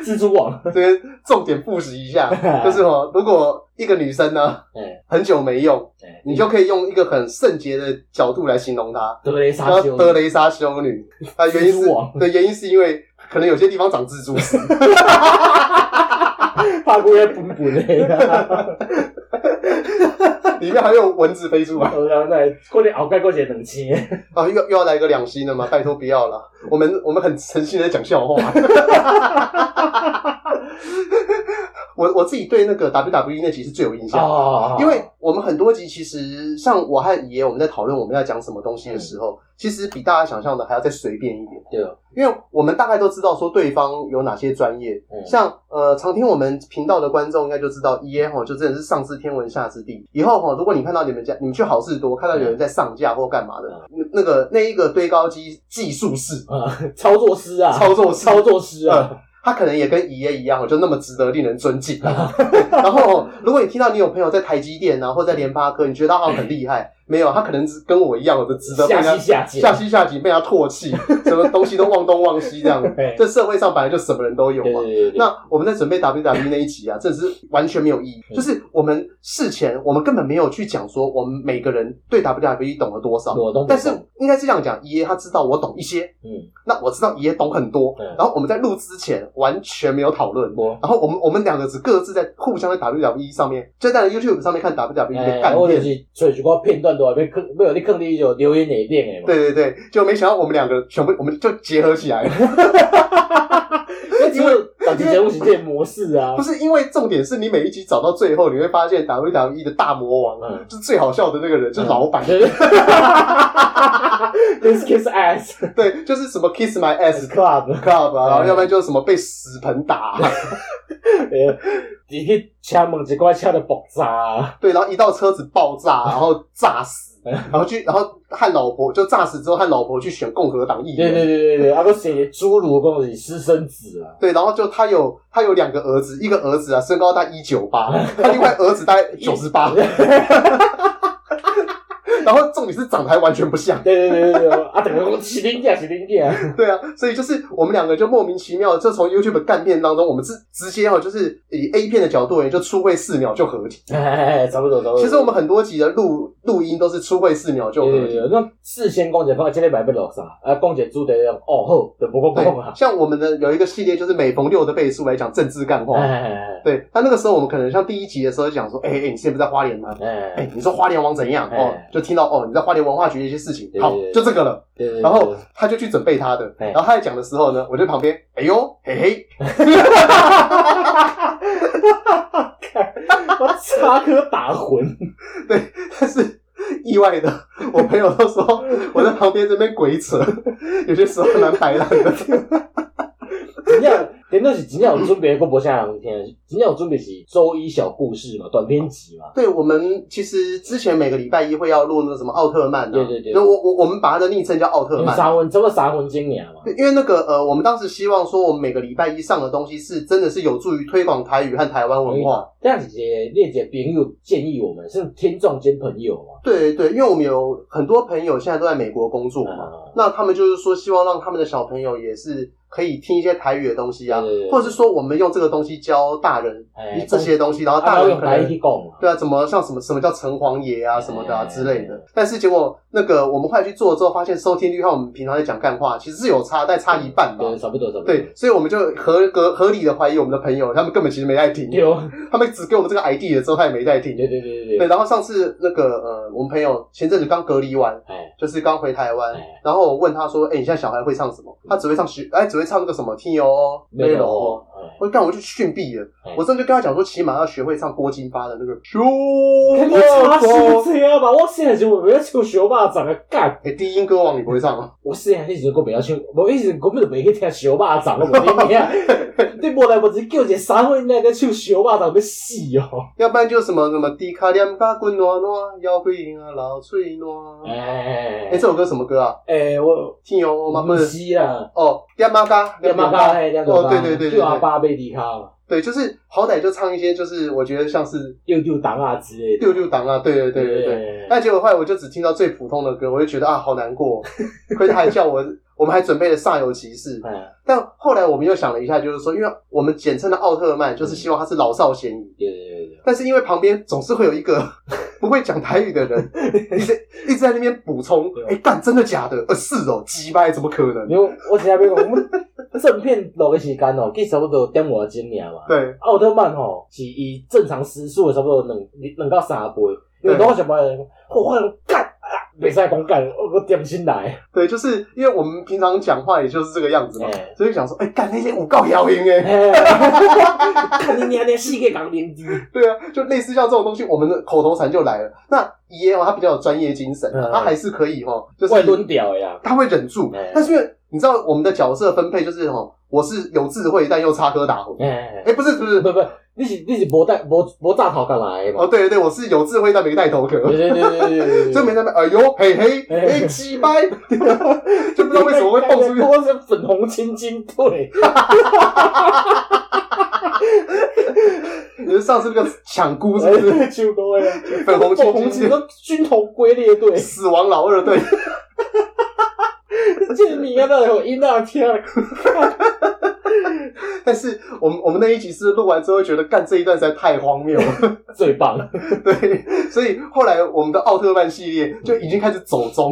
蜘蛛网，
这边重点复习一 下，就是哦，如果一个女生呢
哎
很久没用，
哎，
你就可以用一个很圣洁的角度来形容她，
德雷莎
叫
修
德
女，
雷莎修 女。啊，原因
蜘
是
蛛网
对，原因是因为可能有些地方长蜘蛛 丝，
怕过要本本的。
里面还有蚊子飞出来。
然后那过年后盖过节两千，
啊，又又要来个两星的吗？拜托不要啦，我 们我们很诚心的讲笑话。我我自己对那个 WWE 那集是最有印象的，
啊，
因为我们很多集其实像我和爷爷我们在讨论我们要讲什么东西的时候，其实比大家想象的还要再随便一点，
对，啊
因为我们大概都知道说对方有哪些专业，
嗯
像呃常听我们频道的观众应该就知道爷爷吼就真的是上知天文下知地，以后吼如果你看到你们家你们去好事多看到有人在上架或干嘛的，
嗯
那那个那一个堆高机技术室、
啊，操作师啊，
操作室
操作师啊，
嗯他可能也跟爷爷一样，就那么值得令人尊敬。啊 然后，如果你听到你有朋友在台积电啊，或在联发科，你觉得他好像很厉害，没有，他可能只跟我一样，我就值得被人
下
家
西下贱，
下西下井，被人家唾弃，什么东西都忘东忘西这 样。
对
这社会上本来就什么人都有
对
嘛。
对对对，
那我们在准备 WWE 那一集啊，这是完全没有意义。就是我们事前，我们根本没有去讲说我们每个人对 WWE 懂了多少。
我都没
但是
懂
应该是这样讲，爷爷他知道我懂一些，
嗯，
那我知道爷爷懂很多
嗯，
然后我们在录之前完全没有讨论，
我
然后我们我们两个只各自在互相在 WWE E 上面，就在 YouTube 上面看 WWE 的 E，干
哎我就
练，
是找一寡片段都被坑，没有你坑你就留言内顶的嘛，
对对对，就没想到我们两个全部我们就结合起来
嗯
了，
那只有但是节目是这个模式啊
不，是因为重点是你每一集找到最后，你会发现 WWE E 的大魔王啊
嗯
就是最好笑的那个人，就是老板，
，This kiss ass
对，就是什么 Kiss My Ass
club，
Club 啊，然后
嗯
要不然就是什么被屎盆打啊，
你去车门一寡车就爆炸啊，
对，然后一到车子爆 炸，然后炸死，然后去，然后和老婆就炸死之后，和老婆去选共和党议员。
对对对对对，啊，个写侏儒讲是私生子啊，
对然后就他有他有两个儿子，一个儿子啊身高大概一九八，他另外儿子大概九十 八，然后重点是长得还完全不像。
对对对对对，啊，等个讲是恁囝是恁囝，
对啊，所以就是我们两个就莫名其妙，就从 YouTube 干片当中，我们是直接哦，就是以 A 片的角度而言，就出会四秒就合体。
哎，差不多差不多。
其实我们很多集的录录音都是出会四秒就
对
合
对
体。
对，咱事先讲一下，即礼拜要录啥，啊，讲一个主题，哦好，就无
对
讲讲啊，，
像我们的有一个系列，就是每逢六的倍数来讲政治干话。
哎
对，那那个时候我们可能像第一集的时候就讲说，哎、哎、你现在不在花莲吗？哎、
哎，
你说花莲王怎样？哦
哎，
就听到哦你在花莲文化局的一些事情，
对
好
对，对
就这个了。
对对，
然后他就去准备他的，
哎
然后他在讲的时候呢，我就旁边，哎呦，嘿嘿，
我插科打诨，
但是意外的，我朋友都说我在旁边这边鬼扯，有些时候蛮白烂的。
真正真正是真正有准备，佫无啥人听，真正有准备是周一小故事嘛，短篇集嘛，
对我们其实之前每个礼拜一会要录那个什么奥特曼、啊，
对对对
那我我我们把它的昵称叫奥特曼，
三分差不多三分钟尔嘛，
对因为那个呃，我们当时希望说，我们每个礼拜一上的东西是真的是有助于推广台语和台湾文化。
这样子一个你一个朋友建议我们是听众兼朋友嘛，
对对，因为我们有很多朋友现在都在美国工作嘛，
啊，
那他们就是说希望让他们的小朋友也是可以听一些台语的东西啊
对对，对
或者是说我们用这个东西教大人
哎
这些东西，然后
啊，
大
要
人
用
可
台语
能
去讲嘛，
对啊，怎么像什么什么叫城隍爷啊什么的啊
哎
之类的。但是结果那个我们后来去做之后，发现收听率和我们平常在讲干话其实是有差，但差一半吧。
对，差不多差不多，
对，所以我们就合格合理的怀疑我们的朋友，他们根本其实没在听，
对哦，
他们只给我们这个 ID 的时候，他也没在听。
对对对对
对，
对，
然后上次那个呃，我们朋友前阵子刚隔离完，
哎，
就是刚回台湾
哎，
然后我问他说：“哎、你现在小孩会唱什么？”他只会唱学，哎，只会唱那个什么《听友哦，没有哦。
哎，
我干，我就逊毙了
哎。
我甚至跟他讲说，起码要学会唱郭金发的那个《熊
你
猫
差
狗》。
是这吧？我细汉时阵袂晓唱小巴掌啊，干！
哎，低音歌王你不会唱啊吗？
我细汉迄时阵我袂晓唱，无迄时阵根本就袂去听小巴掌，我无你听。 你无来无只叫一个三岁那个唱小巴掌要死哦！
要不然就什么什么低卡两卡滚暖暖，腰会硬啊老脆暖。哎，
哎
这首歌什么歌啊？
哎，我
听友哦吗？不
不
是
是啦，
哦，两妈嘎，
两百八嘿，两百
哦，
八，
对对对对
叫阿
对，
爸贝迪卡嘛，
对，就是好歹就唱一些，就是我觉得像是
又丢档啊之类的。哎
六六档啊，对对对对对。
对
但结果后来我就只听到最普通的歌，我就觉得啊，好难过。亏他还叫我，我们还准备了煞有其事。
哎，
但后来我们又想了一下，就是说，因为我们简称的奥特曼，就是希望他是老少咸宜。
对对对对，
但是因为旁边总是会有一个 不会讲台语的人，一直一直在那边补充
对，
哎、干真的假的？呃，是哦，鸡掰，怎么可能？
因为我只要要讲，我们正片录的时间哦，计差不多点外钟尔嘛。
对，
奥特曼吼是以正常时速的差不多两两到三倍，因为
对
我想买人，我发现干啊，袂使讲干，我我点心来，
对，就是因为我们平常讲话也就是这个样子嘛，
哎
所以想说，哎、干那些五告摇赢哎，
嘿干你娘的四个人连机，
对啊，就类似像这种东西，我们的口头禅就来了。那爷哦，他比较有专业精神，
嗯
他还是可以哦，就
怪
是
抡掉的啦，
他会忍住
哎，
但是因为你知道我们的角色分配就是哦，我是有智慧但又插科打诨，
哎，
哎，不是不是，
不不，你是你是无带无无炸头干来的嘛
哦，，对对对，我是有智慧但没带头壳。
对对对对对对对，
就没在那边，哎呦嘿嘿，哎鸡掰，就不知道为什么会蹦出去。
我是粉红青筋腿，
你是上次那个抢姑是不是？
秋哥呀，
粉红
粉
青
红
筋
筋，都军头龟裂队，
死亡老二队，
这名啊，那有音那听，
但是我们我们那一集是录完之后觉得干这一段实在太荒谬了，
最棒，
对，所以后来我们的奥特曼系列就已经开始走中，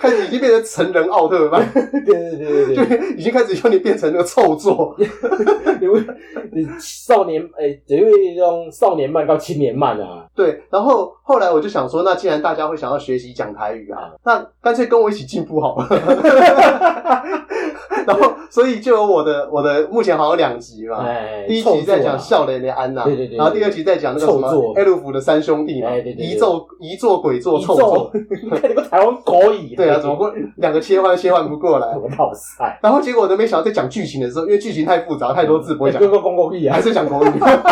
开始已经变成成人奥特曼，
对对对对
就
对。
已经开始有你变成那个臭作，
因为你少年哎诶、因为这种少年漫到青年漫啊，
对。然后后来我就想说，那既然大家会想要学习讲台语啊，那干脆跟我一起进步好了。 然后所以就有我的我的目前好像有两集嘛，
哎、
啊第一集在讲
臭作啊
笑雷的安娜，
对对对对
然后第二集在讲那个什
臭
么
作
艾鲁福的三兄弟嘛，
哎对对对
一咒一做鬼做
一
臭作
咒，， 你看你个台湾国语，
对啊，怎么会两个切换切换不过来？
我老塞，
然后结果我都没想到在讲剧情的时候，因为剧情太复杂，太多字不会讲，
跟个公共语啊
还，是讲国语。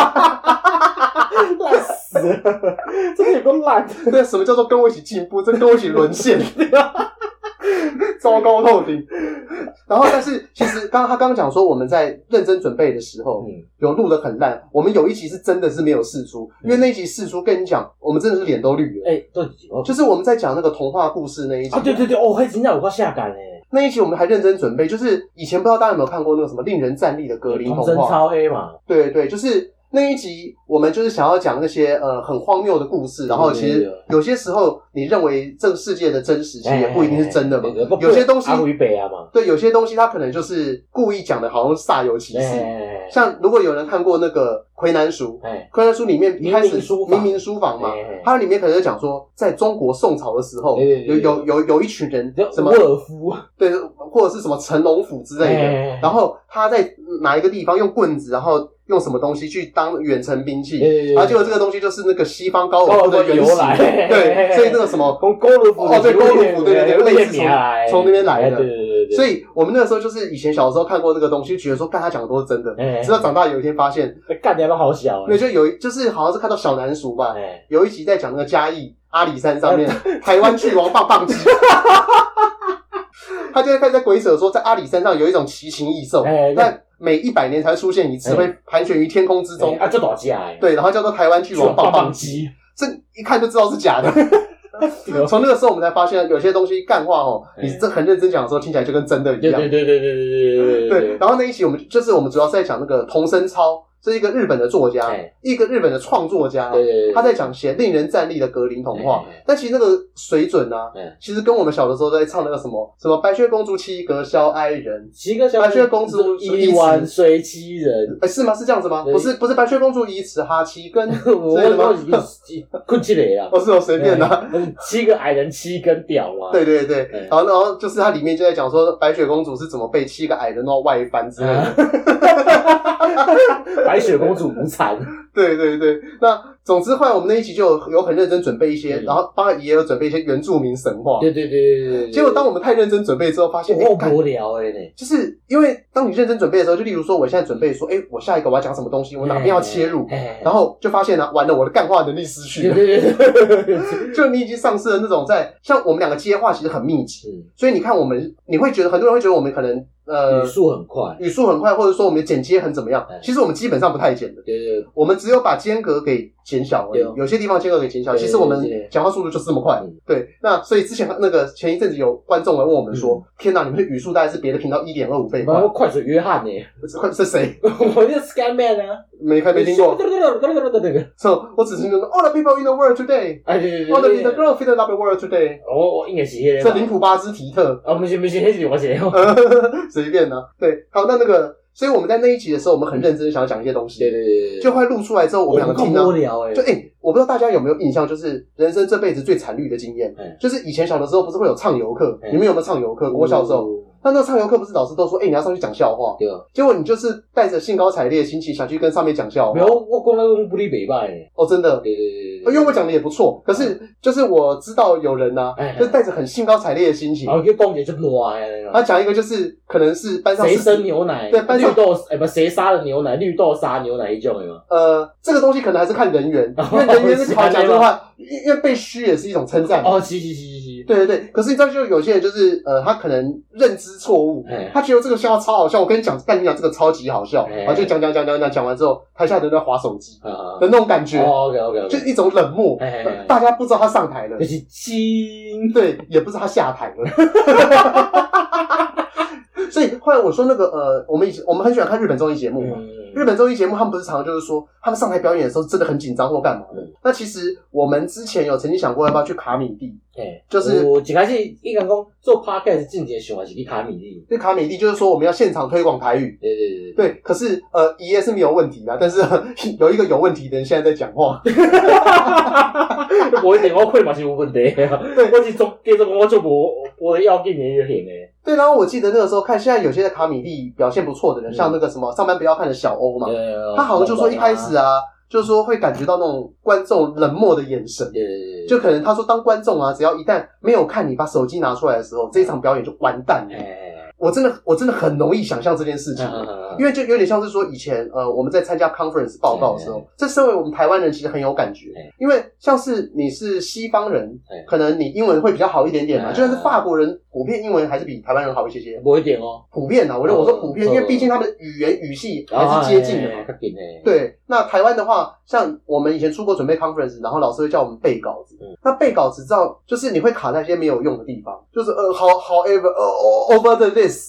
烂死了，真的有个烂，
对，什么叫做跟我一起进步？这跟我一起沦陷， 糟糕透顶。然后，但是其实刚他刚刚讲说，我们在认真准备的时候，
嗯，
有录的很烂。我们有一集是真的是没有试出，因为那一集试出，跟你讲，我们真的是脸都绿了。
哎、欸，对，哦
就是我们在讲那个童话故事那一集，
啊，对对对，哦，还真正有个下感诶，
那一集我们还认真准备。就是以前不知道大家有没有看过那个什么令人站立的格林童
童真
话？
超黑嘛，
对对对，就是那一集我们就是想要讲那些呃很荒谬的故事，然后其
对对
实
对
有些时候你认为这个世界的真实，其实也不一定是真的嘛
哎哎哎哎。
有些东西
阿，回北啊嘛，
对，有些东西它可能就是故意讲的，好像煞有其
哎
事。
哎，
像如果有人看过那个《魁南书》，
哎、
《魁南书》里面一开始
明明书
明
房
明书房嘛
哎哎，
它里面可能就讲说，在中国宋朝的时候，
对
有
对对
有有有一群人
叫
什
沃
么
尔夫啊
对，或者是什么成龙府之类的。
哎
然后他在哪一个地方用棍子，然后用什么东西去当远程兵器，
对对对对哦
然后结果这个东西就是那个西方高尔夫的原
由
型，
来，哎
对，所以那个什么，
从高尔夫
哦对高尔夫对对对类似从从那边来的
哎对对对对，
所
以
以我们那个时候就是以前小时候看过这个东西，觉得说，干他讲的都是真的，
哎
直到长大有一天发现，
干掉都好小
那
欸，
就有一就是好像是看到小南鼠吧，
哎，
有一集在讲那个嘉义阿里山上 面台湾巨王棒棒鸡， 他就会开始在鬼扯说，在阿里山上有一种奇形异兽
哎，
那每一百年才出现一次，
哎
会盘旋于天空之中
哎。啊，这大只哎，
对，然后叫做台湾巨
巨
王
王
棒
棒
棒
棒
鸡，
鸡，
这一看就知道是假 的。
对
从那个时候我们才发现，有些东西干话哦，
哎
你这很认真讲的时候，听起来就跟真的一
对
样
对。对对对对对
对，，然后那一集我们就是我们主要是在讲那个童生超，是一个日本的作家
哎，
一个日本的创作家。
对对，
他在讲写令人站立的格林童话
嗯嗯嗯，
但其实那个水准呢、啊
嗯，
其实跟我们小的时候都在唱那个什么什么白雪公主七格消哀人，
七个小
白雪公主
一碗水七人，
哎、是吗？是这样子吗？
对
不是，不是白雪公主以此哈七根，
我
以吗
我困起来了
我。是有哦随便的、
对七个矮人七根屌嘛，
对对对，
嗯
然后然后就是它里面就在讲说白雪公主是怎么被七个矮人弄到外翻之类
嗯
的，
哎白雪公主无惨，
对对对。那总之后来我们那一集就有有很认真准备一些，
嗯
然后帮然也有准备一些原住民神话。
对对对对对。
结果当我们太认真准备之后，发现哎
我
干
无聊诶呢，
就是因为当你认真准备的时候，就例如说，我现在准备说，哎、我下一个我要讲什么东西，我哪边要切入，
哎
然后就发现呢、完了，我的干话能力失去
对
了。
对对对，
就你已经丧失了那种在像我们两个接话其实很密集，
嗯，
所以你看我们，你会觉得很多人会觉得我们可能呃
语速很快，
语速很快，或者说我们的剪接很怎么样
哎，
其实我们基本上不太剪的，
对对
我们只有把间隔给减小而已
对哦，
有些地方间隔给减小，
对
其实我们
对对
讲话速度就是这么快
嗯。
对，那所以之前那个前一阵子有观众来问我们
嗯
说，天哪，你们的语速大概是别的频道一点二五倍
对，
快
然，后快水约翰呢，
快是谁？
我就是 Sky Man 啊，
没看没听过。
那个，
So 我只是觉得 all the people in the world today, 哦
哎对对
all the
对
the
对，
girl fit in the world today。
我我应该是迄
这
个哦
林
吧，
普巴兹提特， 呃
啊不是不是，迄是我一个，
随便呢、对，好，那那个。所以我们在那一集的时候，我们很认真地想要讲一些东西，
对对对对，
就快录出来之后，我们两个
够
听到
无聊哎
就，哎、欸我不知道大家有没有印象，就是人生这辈子最惨绿的经验，
嗯
就是以前小的时候不是会有唱游课，
嗯
你们有没有唱游课？我小时候，
哦
那那唱游课不是老师都说，哎、你要上去讲笑话，
对，
结果你就是带着兴高采烈的心情想去跟上面讲笑
没
话
有，，我讲那种不离北拜，对
哦，真的。
对对对
因
对，
为我讲的也不错，可是就是我知道有人呐、
嗯哎哎
就是带着很兴高采烈的心情
然，后去哦讲一个就乱的那
他
种，
讲一个就是可能是班上
谁
十
生牛奶，
对班上
绿豆，哎不，谁杀的牛奶，绿豆杀牛奶一种的嘛，
呃，这个东西可能还是看人缘，
哦
因为人缘是考讲真话，因因为被虚也是一种称赞。
哦，是是是是是，
啊对对对，可是你知道，就有些人就是呃，他可能认知错误
哎，
他觉得这个笑话超好笑。我跟你讲，但你讲这个超级好笑，
哎
然后就讲讲讲讲讲讲完之后，台下的人在划手机
啊啊
的那种感觉，
，OK OK
就
OK，
一种冷漠
哎哎哎，
大家不知道他上台了
就，是金，
对，也不知道他下台了。 所以后来我说那个呃，我们以前我们很喜欢看日本综艺节目嘛，
嗯
日本综艺节目，他们不是常常就是说，他们上台表演的时候真的很紧张或干嘛的
嗯。
那其实我们之前有曾经想过要不要去卡米地，
嘿
就是
有一开始伊讲讲做 podcast 进前想法是去卡米利，
去卡米地就是说我们要现场推广台语。
对对 对对，
对，可是呃，爷爷是没有问题的，但是 呵呵有一个有问题的人现在在讲话，
无一定我开嘛是有问题啊，
对
我是做继续讲我做无无要紧的就行诶，
对。然后我记得那个时候看，现在有些在卡米地表现不错的人，
嗯
像那个什么上班不要看的小欧嘛，
对哦
他好像就说一开始，啊，就是说会感觉到那种观众冷漠的眼神，
对对对，
就可能他说当观众啊，只要一旦没有看你把手机拿出来的时候，这一场表演就完蛋了。
哎，
我真的我真的很容易想象这件事情，因
因
为就有点像是说以前呃我们在参加 conference 报告的时候，这身为我们台湾人其实很有感觉
嗯，
因为像是你是西方人
嗯，
可能你英文会比较好一点点嘛，
嗯
就算是法国人普遍英文还是比台湾人好一些些，
无一定哦，
普遍啊，我认为我说普遍，
嗯
因为毕竟他们的语言语系还是接近的
啊
嘛
哎。较近诶，
对，那台湾的话，像我们以前出国准备 conference，然后老师会叫我们背稿子。
嗯
那背稿子知道，就是你会卡在一些没有用的地方，就是呃，how however 呃 over the list，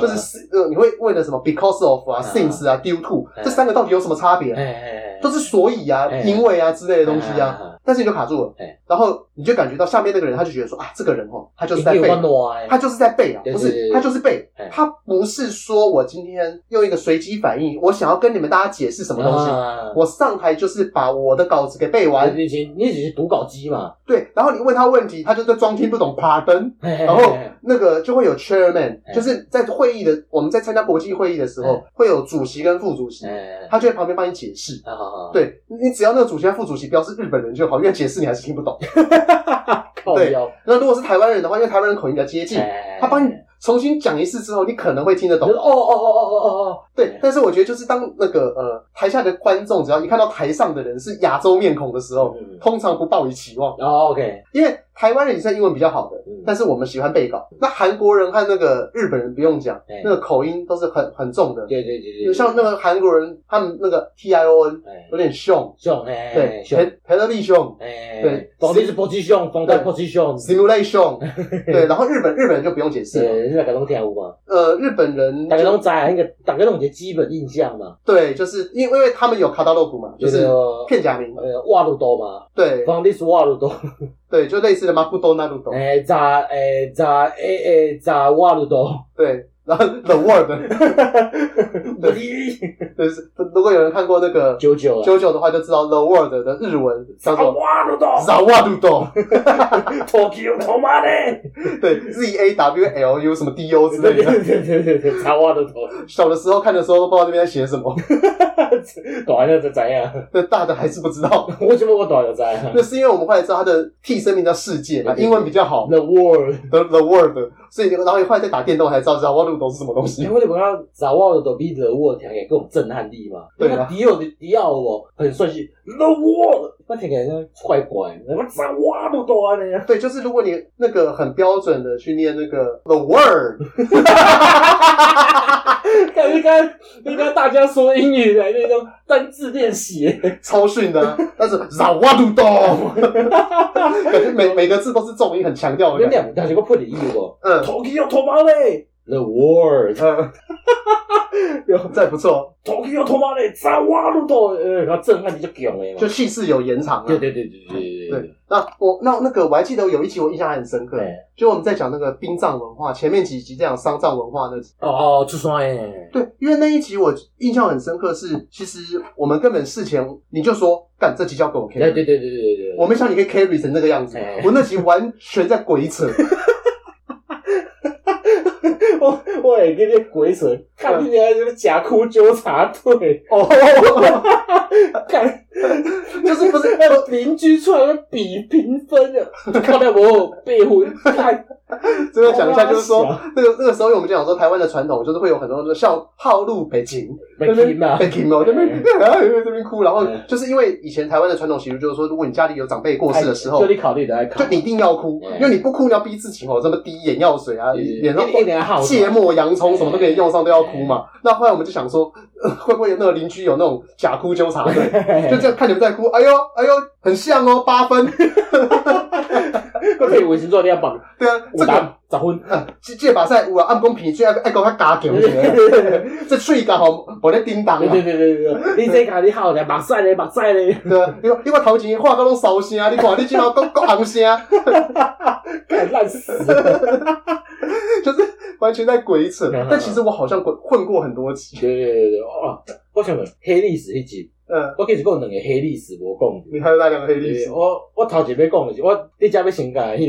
就是
嗯
是呃，你会为了什么 because of 啊、
啊
since 啊、due to
哎
这三个到底有什么差别？啊
哎哎，
都是所以啊、
哎
因为啊之类的东西啊，
啊，
但是你就卡住了
哎，
然后你就感觉到下面那个人，他就觉得说啊，这个人哦，他就是在
一定
背
有。法烂的
他就是在背啊，
对
不
对对
是
对
他就是背
哎，
他不是说我今天用一个随机反应，我想要跟你们大家解释什么东西，
啊
我上台就是把我的稿子给背完，
你只你只是读稿机嘛，
对，然后你问他问题，他就在装听不懂，爬登，
然
然后那个就会有 chairman，
哎
就是在会议的，我们在参加国际会议的时候
哎，
会有主席跟副主席，
哎，哦
他就在旁边帮你解释。
好好好，
对你只要那个主席和副主席标是日本人就好，因为解释你还是听不
哎
懂。
靠
对
腰，
那如果是台湾人的话，因为台湾人口音比较接近，
哎
他帮你重新讲一次之后，你可能会听得懂
就。是哦哦哦哦哦哦，
对，但是我觉得就是当那个呃台下的观众只要一看到台上的人是亚洲面孔的时候，
嗯
通常不抱以期望，
哦，OK，
因为台湾人也算英文比较好的，
嗯
但是我们喜欢背稿。那韩国人和那个日本人不用讲
对，
那个口音都是很很重的，
哎对对对对
就
对，
像那个韩国人他们那个 T I O N
哎
有点凶，
像哎，
对，
像
陪陪得力凶
哎，
对
房地是 position，房贷 position，
，simulation，对，然后日本日本人就不用解释了，
对，大家拢听有嘛，
呃，日本人
大家
就
拢知啊，那个大家拢有一个基本印象嘛，
对，就是因为因为他们有卡达洛古嘛，就是
呃
片假名，
呃，瓦鲁多嘛，
对
房地是瓦鲁多，
对，就类似的嘛，不多那不懂。
哦哎，咋哎咋哎哎咋瓦 鲁多，
对，然后 The Word，
我哩
就是如果有人看过那个
九九啊，
九九的话，就知道 The Word 的日文叫做
瓦鲁多
Zawadudo，
，Tokyo t o m a
对，Z A W L U 什么 D O 之
对
类的。
对对对对，查瓦鲁多，
小的时候看的时候都不知道那边在写什 么，
大汉就知影，
那大的还是不知 道。
我怎么我大汉就知啊
那是因为我们后来知道它的替身名叫世界嘛，
对对对
英文比较好
？The world。
，The The Word，所以然后后来在打电动才知道 Zawadudo 是什么东
因
西。
为你不要找我的比 The Wall 听起来更有震撼力嘛。
对啊
那迪奥的迪奥哦，很帅气。The Wall，我听起来像怪怪，我找我都多安尼啊。
对，就是如果你那个很标准的去念那个 The Word，
看应该应该大家说英语来那种单字练习，
超逊的啊，但是 Zawadudo，感觉每每个字都是重音很强调
我
的
跟
感
你
觉。
讲，但是我配的英语哦
嗯
，Tokyo t o m a l e The World，
嗯， 这不错，
头去要他妈的砸挖路到，呃，他震撼力就强的嘛。
就叙事有延长啊
对
了。
对对对对
对，那我那那个我还记得有一集我印象还很深刻，
对。
就我们在讲那个殡葬文化，前面几集在讲丧葬文化那集。
哦哦，出山诶。
对，因为那一集我印象很深刻是，其实我们根本事前你就说，干这集交给我 carry，
对对对对对对。
我没想到你可以 carry 成那个样子
哎，
我那集完全在鬼 扯。
我我会给你鬼扯，看你娘就是假哭纠察队，
哦，
看
就是不是
那个邻居出来比评分的，看到我被婚，看
这个讲一下，就是说那个那个时候，我们就讲说台湾的传统，就是会有很多人像号路北京，
被评嘛
北，京哦，那边啊这边哭，然后
嗯
就是因为以前台湾的传统习俗，就是说，如果你家里有长辈过世的时候
就，你考虑的来考
就，你一定要哭，
嗯
因为你不哭，你要逼自己哦，什么滴眼药水啊，
对对对
脸上
一脸好
芥末、洋葱什么都可以用上，都要哭嘛。那后来我们就想说，呃会不会有那个邻居有那种假哭纠察队？就这样看你们在哭，哎呦哎呦，很像哦，八分。
个被卫生做你要绑
对啊，
五
这个
打十分，
啊，这这把赛有啊，按公平，最爱爱讲较加强些，这喙甲吼无咧叮当
对
啊
对。对对对，你这讲你好咧，目屎咧，目屎咧，
对啊，你看你看头前话到拢骚声，你看你今头讲讲红声，
干烂死了，
就是完全在鬼扯。
嗯
但其实我好像混混过很多集，
对对对对，哦，我想问黑历史迄集，
嗯，
我其实讲两个黑历史无讲。
你还有那两个黑历
对
史，
我我头一要讲的是，我你遮要先讲迄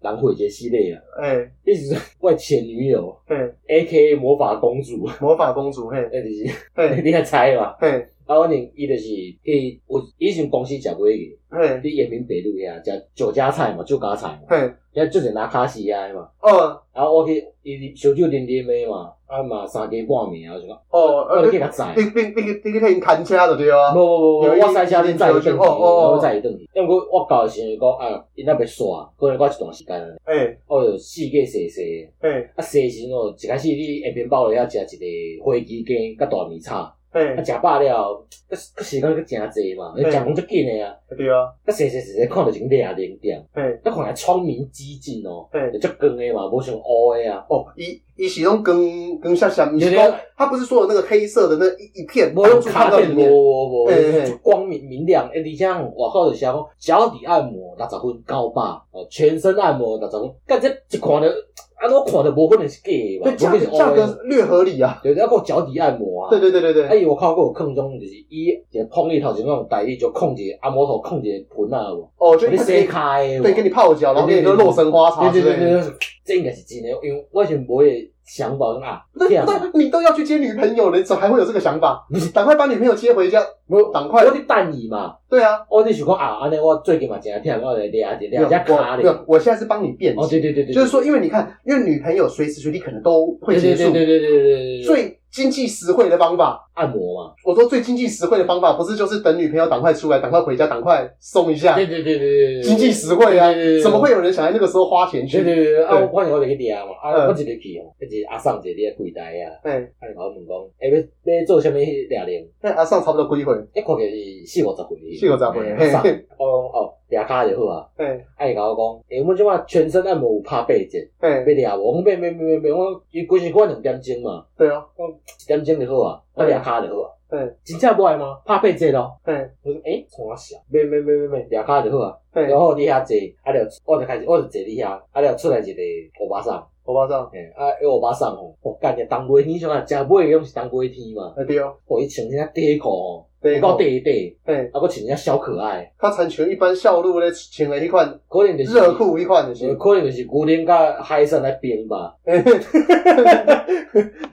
个人会节系列啊，
哎
迄是我的前女友
嘿，
，A K A 魔法公主，
魔法公主嘿
那就是
嘿
你还猜嘛？
嘿
啊，我另伊就是去有以前公司食过去，
嘿
伫延平北路遐食酒家菜嘛，酒家菜嘛，
嘿，
遐就是拿卡西亚的嘛。
哦
啊，我去伊烧酒啉啉的嘛，啊嘛三更半暝啊，我就讲，
哦，
我
呃
就去甲载
你。你你你你去替因牵车就对啊
无，无无，
有一
我塞车恁载伊转去，
哦哦哦
我载伊转去。因为我我到的时阵讲，啊，因那袂煞，可能我一段时间啊，
哎
我就四界踅踅。
嘿
啊，生的时阵哦，一开始你下面包落遐食一个花枝羹甲大米炒，啊，
嘿，
食饱了，佮佮时间佮诚济嘛，你
嗯
食讲足紧诶啊，
对啊，
啊，生生生生看着一个亮零点，
嘿
啊，看来聪明机智哦，
嘿
就。足光诶嘛，无像乌诶啊，
哦，伊伊是用跟跟下下，你是
有点
讲它不是说有那个黑色的那一一片，
无用
挡住看
卡
到
片
里，
无
面。
无无
嘿嘿嘿，
哎光明明亮，哎诶，而且外口就写讲脚底按摩六十分九百，哦，全身按摩六十分，干这一看着，啊，我看着无可能是假诶嘛，
对
无
价
可能是
价
乌哦诶，
格略合理啊。
对，啊，有脚底按摩啊，
对对对对
啊，
对，
伊有看过有空中就是伊一个碰力头前那种台，伊就控一个阿摩头控一个盆啊，有无？
哦，就
你
一开始给你
洗开的有无
对给你泡脚，然后给你喝洛神花茶之
哦对对
类
对
的。
对，这应该是真的，因为我以前无迄想法讲啊，
那
天啊，嗯
那你都要去接女朋友了，你怎么还会有这个想法
不是？
赶快把女朋友接回家。
我
赶快
我伫等伊嘛，
对啊，
我伫想讲啊，安尼我最近嘛真忝，我来掠一
没有
掠一下啊卡
我没
咧。
有，我现在是帮你辩
哦，
解，
对对对对，
就是说，因为你看，因为女朋友随时随地可能都会结
对对对
束，
对对对对对，以
最经济实惠的方法，
按摩嘛，
我说最经济实惠的方法，不是就是等女朋友赶快出来，赶快回家，赶快松一下，
对对对对对，
经济实惠啊
对对对对，
怎么会有人想在那个时候花钱
对？对
去？
对对，啊，
对
我反正我就去掠嘛，啊，
嗯
我一日去哦，迄个阿送一个柜台啊，
哎，
啊，伊甲我问讲，诶，要要做啥物掠零？
那阿尚差不多几岁？
一哎看起是四五十岁，
四五十岁嘿
上我讲哦，掠骹就好啊。
哎
啊，伊甲我讲，诶、阮即摆全身按摩有拍八折，要
哎，
掠无？我讲要要要要要，我伊规身我两点钟嘛，
对啊，
一点钟就好啊，我掠骹就好啊。
对，
真正无爱吗？拍八折咯。
哎
我说，诶、欸，从我想，要要要要要，掠骹就好啊。
哎
然，后你遐坐，啊了，我就开始，我就坐你遐，啊了出来一个乌巴桑，
我巴上，
诶、啊，迄乌巴桑吼，我干个冬瓜天，像啊，食买个拢是冬瓜天嘛，
哎对哦，
互伊穿只短裤吼，
对哦
有够短短，
哎，
啊，搁穿只小可爱，
他穿穿一般校路咧穿的迄款
可能就是
热裤迄款的
有
是，
可能就是牛奶甲海参来冰吧。
嘿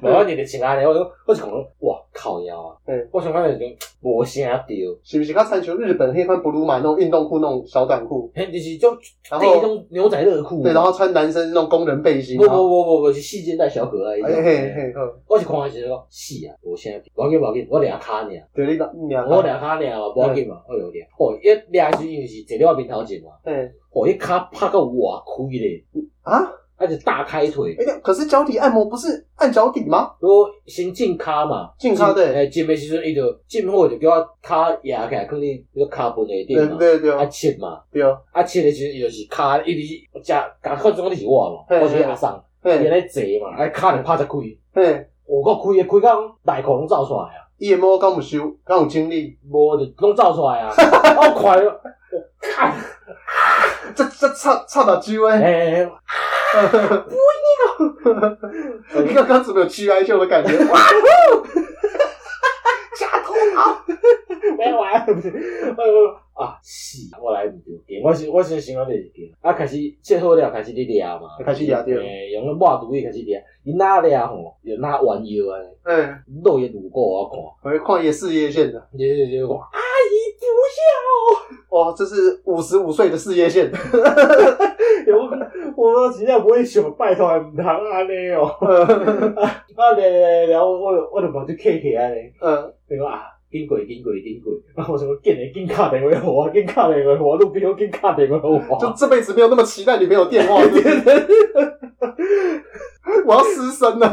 无我日日穿安尼，我就我就讲，哇靠腰啊！
嗯
我想讲就是讲无啥对，
是不是？他穿穿日本迄款布鲁马那种运动裤那种小短裤，
嘿，就是种
然
第一
后
种牛仔热裤。
对，然后穿男生那种工人背心
嗯不不
啊，
不不不是细肩带小可爱那
哎
种。
嘿嘿，嗯
我是看的时候讲是啊，无啥对，无要紧无要紧，我掠骹尔，
对你讲娘
我
啊，
掠骹尔嘛，无要紧嘛，我有掠。哦，一掠的时候因为是坐了我面头前嘛，
哎
哦，迄骹拍到外开咧，
啊，
啊就大开腿，
哎，可是脚底按摩不是按脚底吗？
如果先进骹嘛，
进骹对
诶，进的时阵伊就进货就叫我骹压起来，放伫迄个骹盆内底
对
嘛，
对
啊
对
切嘛。
对哦，
啊，切的时阵伊就是骹，伊就是食，甲看中的是我嘛，
嘿
我就是阿送，伊
嘿
咧坐嘛，啊，骹就拍只开，
嘿
有够开的，开工内裤拢走出来啊，
EMO 刚有收，刚有经历，
无就拢走出来啊， 我快了，我看，
这这插插把揪哎，
哎、欸，哎
你刚刚怎么有 G I 秀的感觉？哇 假头毛，
没完，不是，我我啊，是，我来毋着劲，我是我是想讲就是劲，啊，开始切好了，开始咧抓嘛，
开始抓对
诶，用个抹毒液开始抓，伊哪抓吼，就哪弯腰啊，
哎，
露个乳沟我啊看，
我矿业事业线的，
就就就讲，阿姨
哇，这是五十五岁的事业线，
不要，我我真正不会想，拜托，毋通安尼哦，
呃
啊，来来来，我我我就目睭起起来咧。
嗯，
对讲啊，经过经过经过，啊，我想讲，紧诶，紧敲电话互我，紧敲电话互我，女朋友紧敲电话互我，
就这辈子没有那么期待女朋友 电话，是不是我要失身了，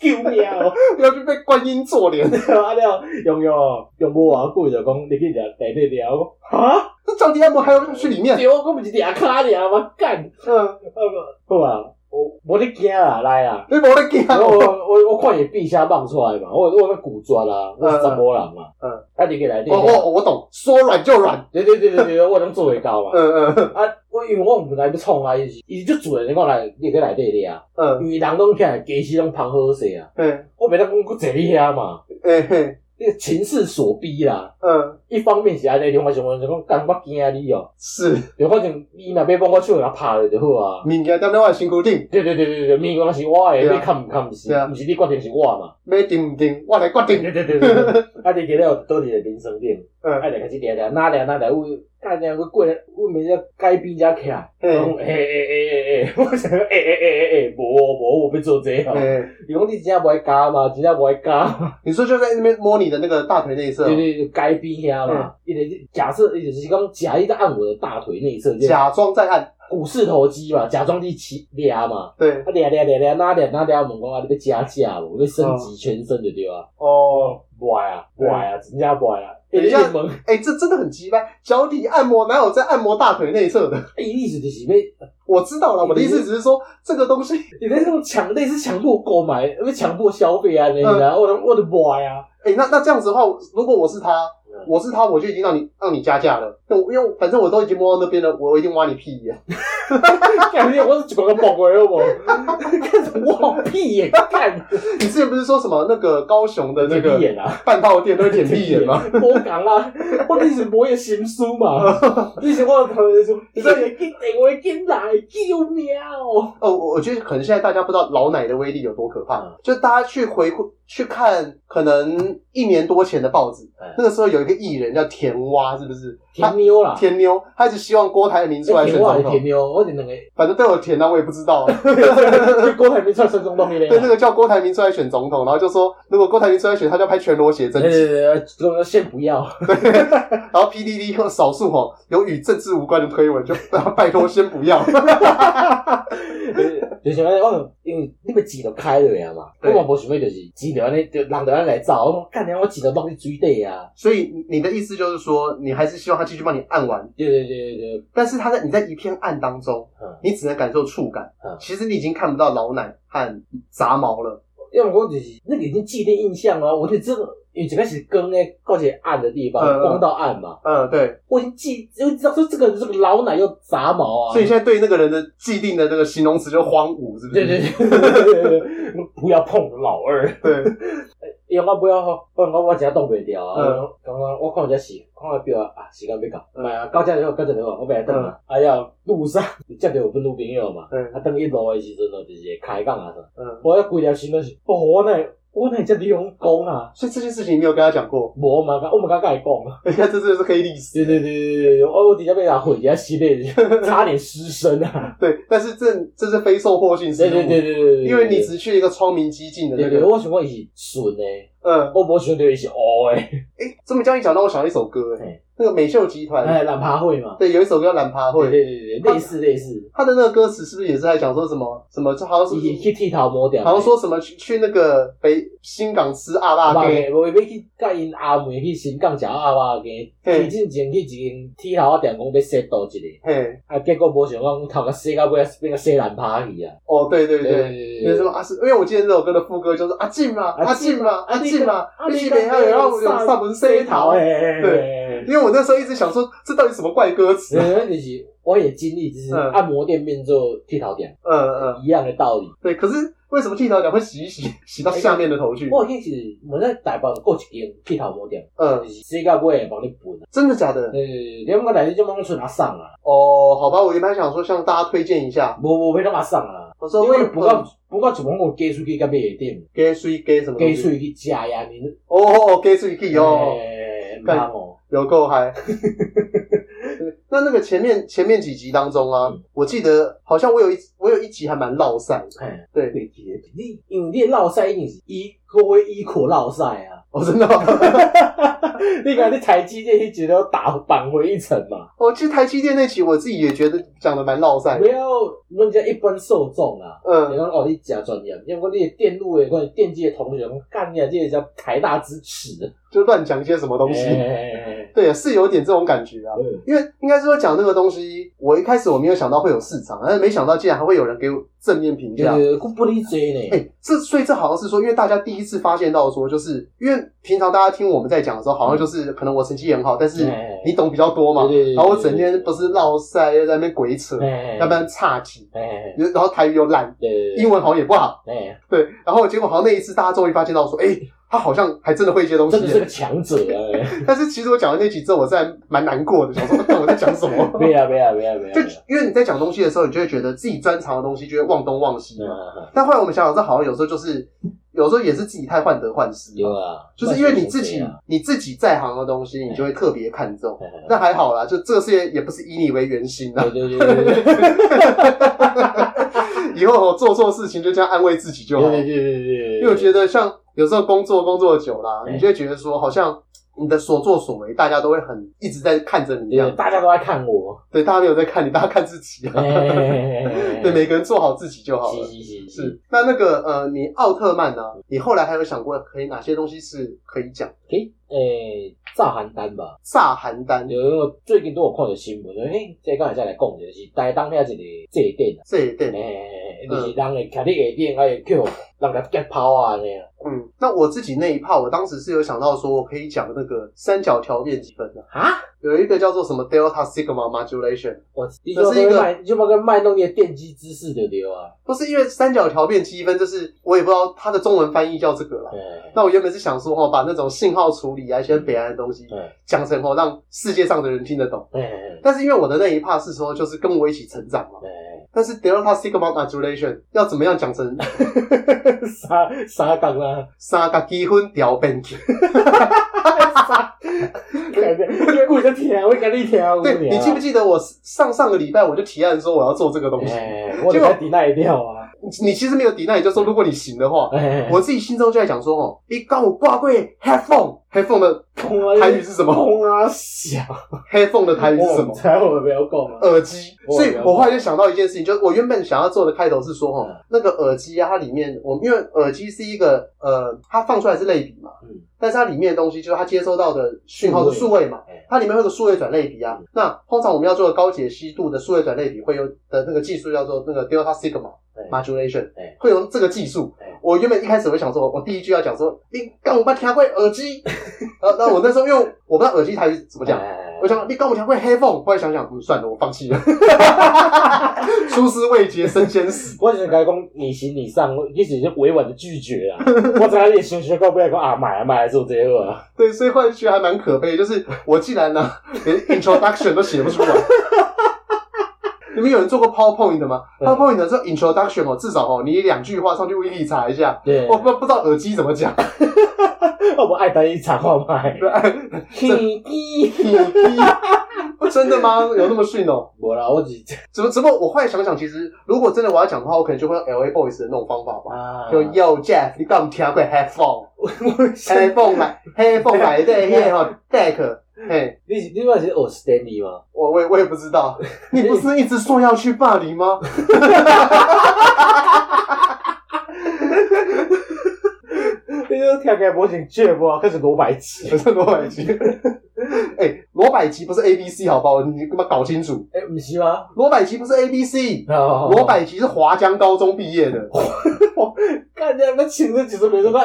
救命哦！
不要去被观音坐莲，
啊了，用用用无偌久就讲，你去掠第二条，我讲哈，
那张迪安博还要去里面，
对我讲毋是掠卡掠吗？干，
嗯，
好啊，我我咧惊啦，来啦。
你没得给啊，
我我我看伊壁下放出来嘛，我我个古抓啦，我是查某人嘛，
嗯，
啊，你去来
我
电，
我我懂，说软就软，
对对对对对，我能做会到嘛？
嗯嗯
啊，我因为我毋知要创啊，伊是伊就自然你讲来，啊你去内底掠。
嗯
因为人拢起来，家私拢芳好势啊。
嗯，
我袂当讲佫坐你遐嘛，
哎嘿，
你情势所逼啦。
嗯，
一方面是安尼，另外一方面就讲，干我惊你哦、
是，
就反正伊若要帮我手，甲拍落就好啊。
物件踮咧我的身躯顶，
对对对对对，咪讲是我的，
对啊
你看毋看毋是，
对啊
毋是你决定是我嘛。
要定毋定，我来决
对
定。
对对对对， 啊！你今日有倒一个民生店，
嗯
啊，就开始聊聊，哪聊哪聊，我干娘我过来，我明只街边只徛，我讲诶诶诶诶诶，我想讲诶诶诶诶诶，无无我要做这个，
哎，
伊讲你真正无爱加嘛，真正无爱加嘛。
你说就在那边摸你的那个大腿内侧
对，对对，该边遐嘛，伊就是假设伊就是讲假意在按我的大腿内侧，就是
假装在按，
股市投机嘛，假装去起抓嘛，
对，
啊抓抓抓抓，哪抓哪抓，问讲啊，你要加价无？要升级全身就对啊，
哦，
歪啊歪啊，真正歪啊！
等
等
一
一
下
下问，
哎，这真的很奇怪，脚底按摩哪有在按摩大腿内侧的？
伊意思就是要，
我知道了，我的意思只是说这个东西，
你在这种强类似强迫购买，要强迫消费啊，你知道？
嗯
我的我的歪啊！
哎，那那这样子的话，如果我是他
嗯，
我是他，我就已经让你让你加价了，那我因为反正我都已经摸到那边了，我一定挖你屁眼。
感觉我是一个个崩溃了无？干什么我屁 眼？干
你之前不是说什么那个高雄的那
舔
个
屁眼啊！
半套店都是舔屁眼吗？？
我讲啦，我你是无个心思 嘛，你是我头就说，你个紧电话紧来，救命哦！
哦，我我觉得可能现在大家不知道老奶的威力有多可怕，
嗯
就大家去回顾去看，可能一年多前的报纸，
嗯
那个时候有一个艺人叫田蛙，是不是？
甜妞啦，哎
田妞，他一直希望郭台铭出来选
甜我
总
是甜
统，
妞，我是两个，
反正都有田啊，我也不知 道啊。
跟郭台铭出来孙中东迄
对，那
个，
个叫郭台铭出来选总统，然后就说如果郭台铭出来选，他就要拍全裸写真
对对
集。
哎对，对先不要，
然后 PDD 或少数哦有与政治无关的推文，就拜托先不 要。
就是安尼，我因为你们钱都开落啊嘛，我
对
嘛无想要就是钱就安尼，就人就安尼来走，我讲干娘我钱都落去水底啊，
所以你你的意思就是说，你还是希望他继续帮你按完，
对对对对对，
但是他在你在一片暗当中，
嗯
你只能感受触感
嗯。
其实你已经看不到老奶和杂毛了。
要么我就是那个已经既定印象啊，我就真的因为一开始光诶，到一个暗的地方，
嗯嗯
光到暗嘛。
嗯，对，
我已经记，我已经知道说这个这个老奶又杂毛啊，
所以现在对那个人的既定的那个形容词就荒芜，是不
对
是？
对对对对对，不要碰老二，
对
因为我不要，不然我我真的挡袂掉啊
嗯。
刚刚我看有只时，看下表啊，啊时间要到，哎呀，到这就好，到这就好，我袂等啊。哎呀，路上接到有本女朋友嘛，
对，
啊，等伊路的时阵哦，就是会开讲啊，
嗯。
我一规条心都是，哦，我哪会我哪会这样讲啊？
所以这件事情你没有跟他讲过，
无我嘛，我嘛敢甲伊讲啊。
你看这真的是黑历
对
史。
对对对对对，我我直接被他毁一下系列，差点失身啊！
对，但是这这是非受获信之
对
物，
对对对对对，对
因为你只去一个窗明几净的
对
那
对，
个。
我想讲伊是顺诶，
嗯，
我无想到伊是乌诶。
诶，这么这样一讲，让我想到一首歌，诶，
嘿
那个美秀集团，
哎，懒爬会嘛，
对，有一首歌叫《懒爬会》，
对对对，类似类似，
他的那个歌词是不是也是在讲说什么什么，就好像
去
是
去剃头毛掉，
好像说什么去去那个北新港吃阿爸
阿爸
给，
嘅，无要去甲因阿妹去新港食阿爸嘅，
嘿
伊进前去一间剃头仔店讲要洗倒一个，
嘿，
啊，结果无想到头壳洗到尾变个洗烂趴去啊，
哦，对对对。
对
有什么啊？是因为我记得这首歌的副歌就是阿进嘛，阿进嘛，阿进嘛，你是北海有让我有上门塞桃。
诶，对。
因为我那时候一直想说，这到底什么怪歌词？
然后就是我也经历，就是
嗯
按摩店变做剃头店
嗯嗯，
一样的道理。
对。可是为什么剃头讲会洗一洗， 洗到下面的头去？
我迄是我们在台北有过一间剃头毛店，就
嗯，
是洗到尾会帮你分啊。
真的假的？
对对对，你讲来你就拢剩阿送啊，
哦，好吧，我原本想说向大家推荐一下，
无无要拢阿送啊。
我说
因
为
为不到不到一万我加出去甲买的店，
给水给什么东
加
西？
出去食呀，你
哦，给水给哦，
哎诶，唔通哦，
有够嗨。 那那个前面前面几集当中
嗯
啊，我记得好像我有一我有一集还蛮落散的，
嘿，
对，
对你因为你的落屎一定是依可会依靠落屎啊。
哦，真的吗，
你看你台积电一直都打扳回一城嘛。
哦，其实台积电那期我自己也觉得讲的蛮落散
不，要人家一般受众啊，你
嗯，
讲哦，你假专业，因为我你的电路的，我电机的同学，干你啊，这个叫台大之耻，
就乱讲些什么东西，
哎
对，啊是有点这种感觉啊。
嗯
因为应该是说讲那个东西，我一开始我没有想到会有市场，但是没想到竟然还会有人给我正面评
对
价。
对，我不理解
啊哎、
呢。
这所以这好像是说，因为大家第一次发现到说，就是因为平常大家听我们在讲的时候，好像就是可能我成绩很好，但是
哎
你懂比较多嘛，
对对对
然后我整天不是绕塞在那边鬼扯，
哎
要不然差题，
哎，
然后台语又烂，
对，
英文好像也不好，
哎，
对，然后结果好像那一次大家终于发现到说，哎、他好像还真的会一些东西
真
耶，
的是个强者啊！
但是其实我讲的那几之后，我在蛮难过的，想说，但我在讲什么？
没啊没啊没啊没啊
就，因为你在讲东西的时候，你就会觉得自己专长的东西就会忘东忘西嘛。
嗯
但后来我们想想，这好像有时候就是，有时候也是自己太患得患失
有
了，
啊，
就是因为你自己
嗯
你自己在行的东西，你就会特别看重。
嗯
那还好啦，就这个世界也不是以你为圆心啦
对。对对对对对对
以后做错事情就这样安慰自己就好。
对对，
因为我觉得像有时候工作工作久啦，
对
你就会觉得说，好像你的所作所为，大家都会很一直在看着你一样
对。大家都在看我，
对，大家没有在看你，大家看自己啊。对，
对
每个人做好自己就好了。
是是是，
是，那那个呃，你奥特曼呢、你后来还有想过可以哪些东西是可以讲？
诶诶，炸邯郸吧。
炸邯郸
因为我最近都有看到新闻，诶、欸，这刚才来讲就是台东遐一个祭典啊，
这一
诶、
点，
欸，就是人会徛伫下顶，啊会叫人甲夹炮啊安尼啊，
嗯，那我自己那一炮，我当时是有想到说，我可以讲那个三角条面积分的、
哈，
有一个叫做什么 delta sigma modulation，
我你
这
就是
一
是
个
卖，你就莫跟卖弄你的电机知识就对啊，
不是因为三角条面积分，就是我也不知道它的中文翻译叫这个啦。
诶、
那我原本是想说哦，把那种信号处理啊一些北岸的东西
嗯
讲成哦，让世界上的人听得懂。
诶、诶
但是因为我的那一 part 是说，就是跟我一起成长嘛。
诶，
但是 delta sigma modulation 要怎么样讲成
三三角啦，
三角基分调变去？
感觉你故意在听，我跟你听，
对你记不记得我上上个礼拜我就提案说我要做这个东西，
诶、我就在抵赖掉啊，
你你其实没有抵赖，你就说如果你行的话，
诶、
我自己心中就在讲说哦，你刚我挂柜 headphone，headphone 的
空啊，
台语是什么
空啊，小，
headphone 的台语是什么？
猜我不要讲啊，
耳机，
哦
所以
了解
我后来就想到一件事情，就是我原本想要做的开头是说，哦
嗯，
那个耳机啊，它里面我因为耳机是一个呃，它放出来是类比嘛，
嗯
但是它里面的东西就是它接收到的讯号是
数
数位嘛
哎，
它里面会有个数位转类比啊。
嗯
那通常我们要做的高解析度的数位转类比会有的那个技术叫做那个 delta sigma
对
modulation，
哎
会用这个技术
哎。
我原本一开始我想说，我第一句要讲说，你干我把听过耳机， 然后然后我那时候因为我不知道耳机台语怎么讲。我想你跟我讲会黑凤，后来想想，嗯，算了，我放弃 了。出师未捷身先死。
我只是甲伊讲你行你上，你只是委婉的拒绝啊。我知影你想想到尾讲啊，买啊买来做这个啊。
对，所以换学还蛮可悲的，就是我竟然呢、连 introduction 都写不出来。你们有人做过 PowerPoint 的吗
嗯
？PowerPoint 的时候 introduction 哦，至少哦，你两句话上去 wiki 查一下。
对，
我
我
不不知道耳机怎么讲，
我爱等你查看卖。嘿嘿，
真的吗？有那么逊哦？
无啦，我只
只不只不过我后来想想，其实如果真的我要讲的话，我可能就会用 LA Boys 的那种方法吧。
啊
就 Yo Jeff，你敢有听过 Headphone？
我
黑凤来，黑凤来的迄个吼 deck 嘿，
你是你嘛是学 Stanley 吗？
我我也我也不知 道，你不是一直说要去巴黎 吗？
你这听起来无像 Jeff 啊，可是罗百吉。
可是罗百吉， 哎、罗百吉不是 A B C 好不好？你他妈搞清楚，
哎，不是吗？
罗百吉不是 A B C，罗
罗
百吉是华江高中毕业的，
干这样，我请这几十名，我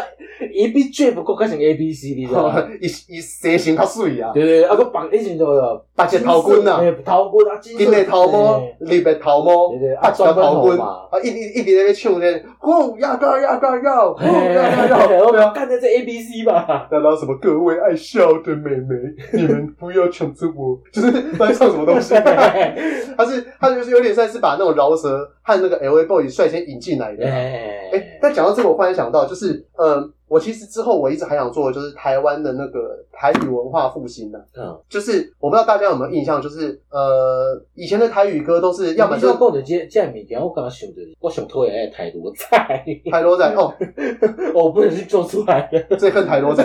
伊比 Jeff 更加像 A B C，你 知道吗？
伊伊蛇形较水啊，
对对，啊，佮绑一群都有，
八只头棍啊，
哎，头棍啊，金
金的头毛，绿的头毛
对，对，
八
啊，
只头棍，
嘛。
哎啊，一直一直在那边唱咧，吼呀高呀高呀，吼呀高呀，对
我
啊。
干的这 A B C 吧，
然后什么各位爱笑的美 眉，你们不要抢着我，就是在唱什么 东西、他是他就是有点算是把那种饶舌和那个 L A Boy 率先引进来的。哎、
哎，
但讲到这个，我忽然想到，就是呃，我其实之后我一直还想做的就是台湾的那个台语文化复兴呢、
嗯，
就是我不知道大家有没有印象，就是呃，以前的台语歌都是要么
你
就
要
是
讲的这这物件，我刚刚想到，我想讨厌的态度，我菜，
台罗仔哦，
我不能去做出来的。
最恨台罗 仔。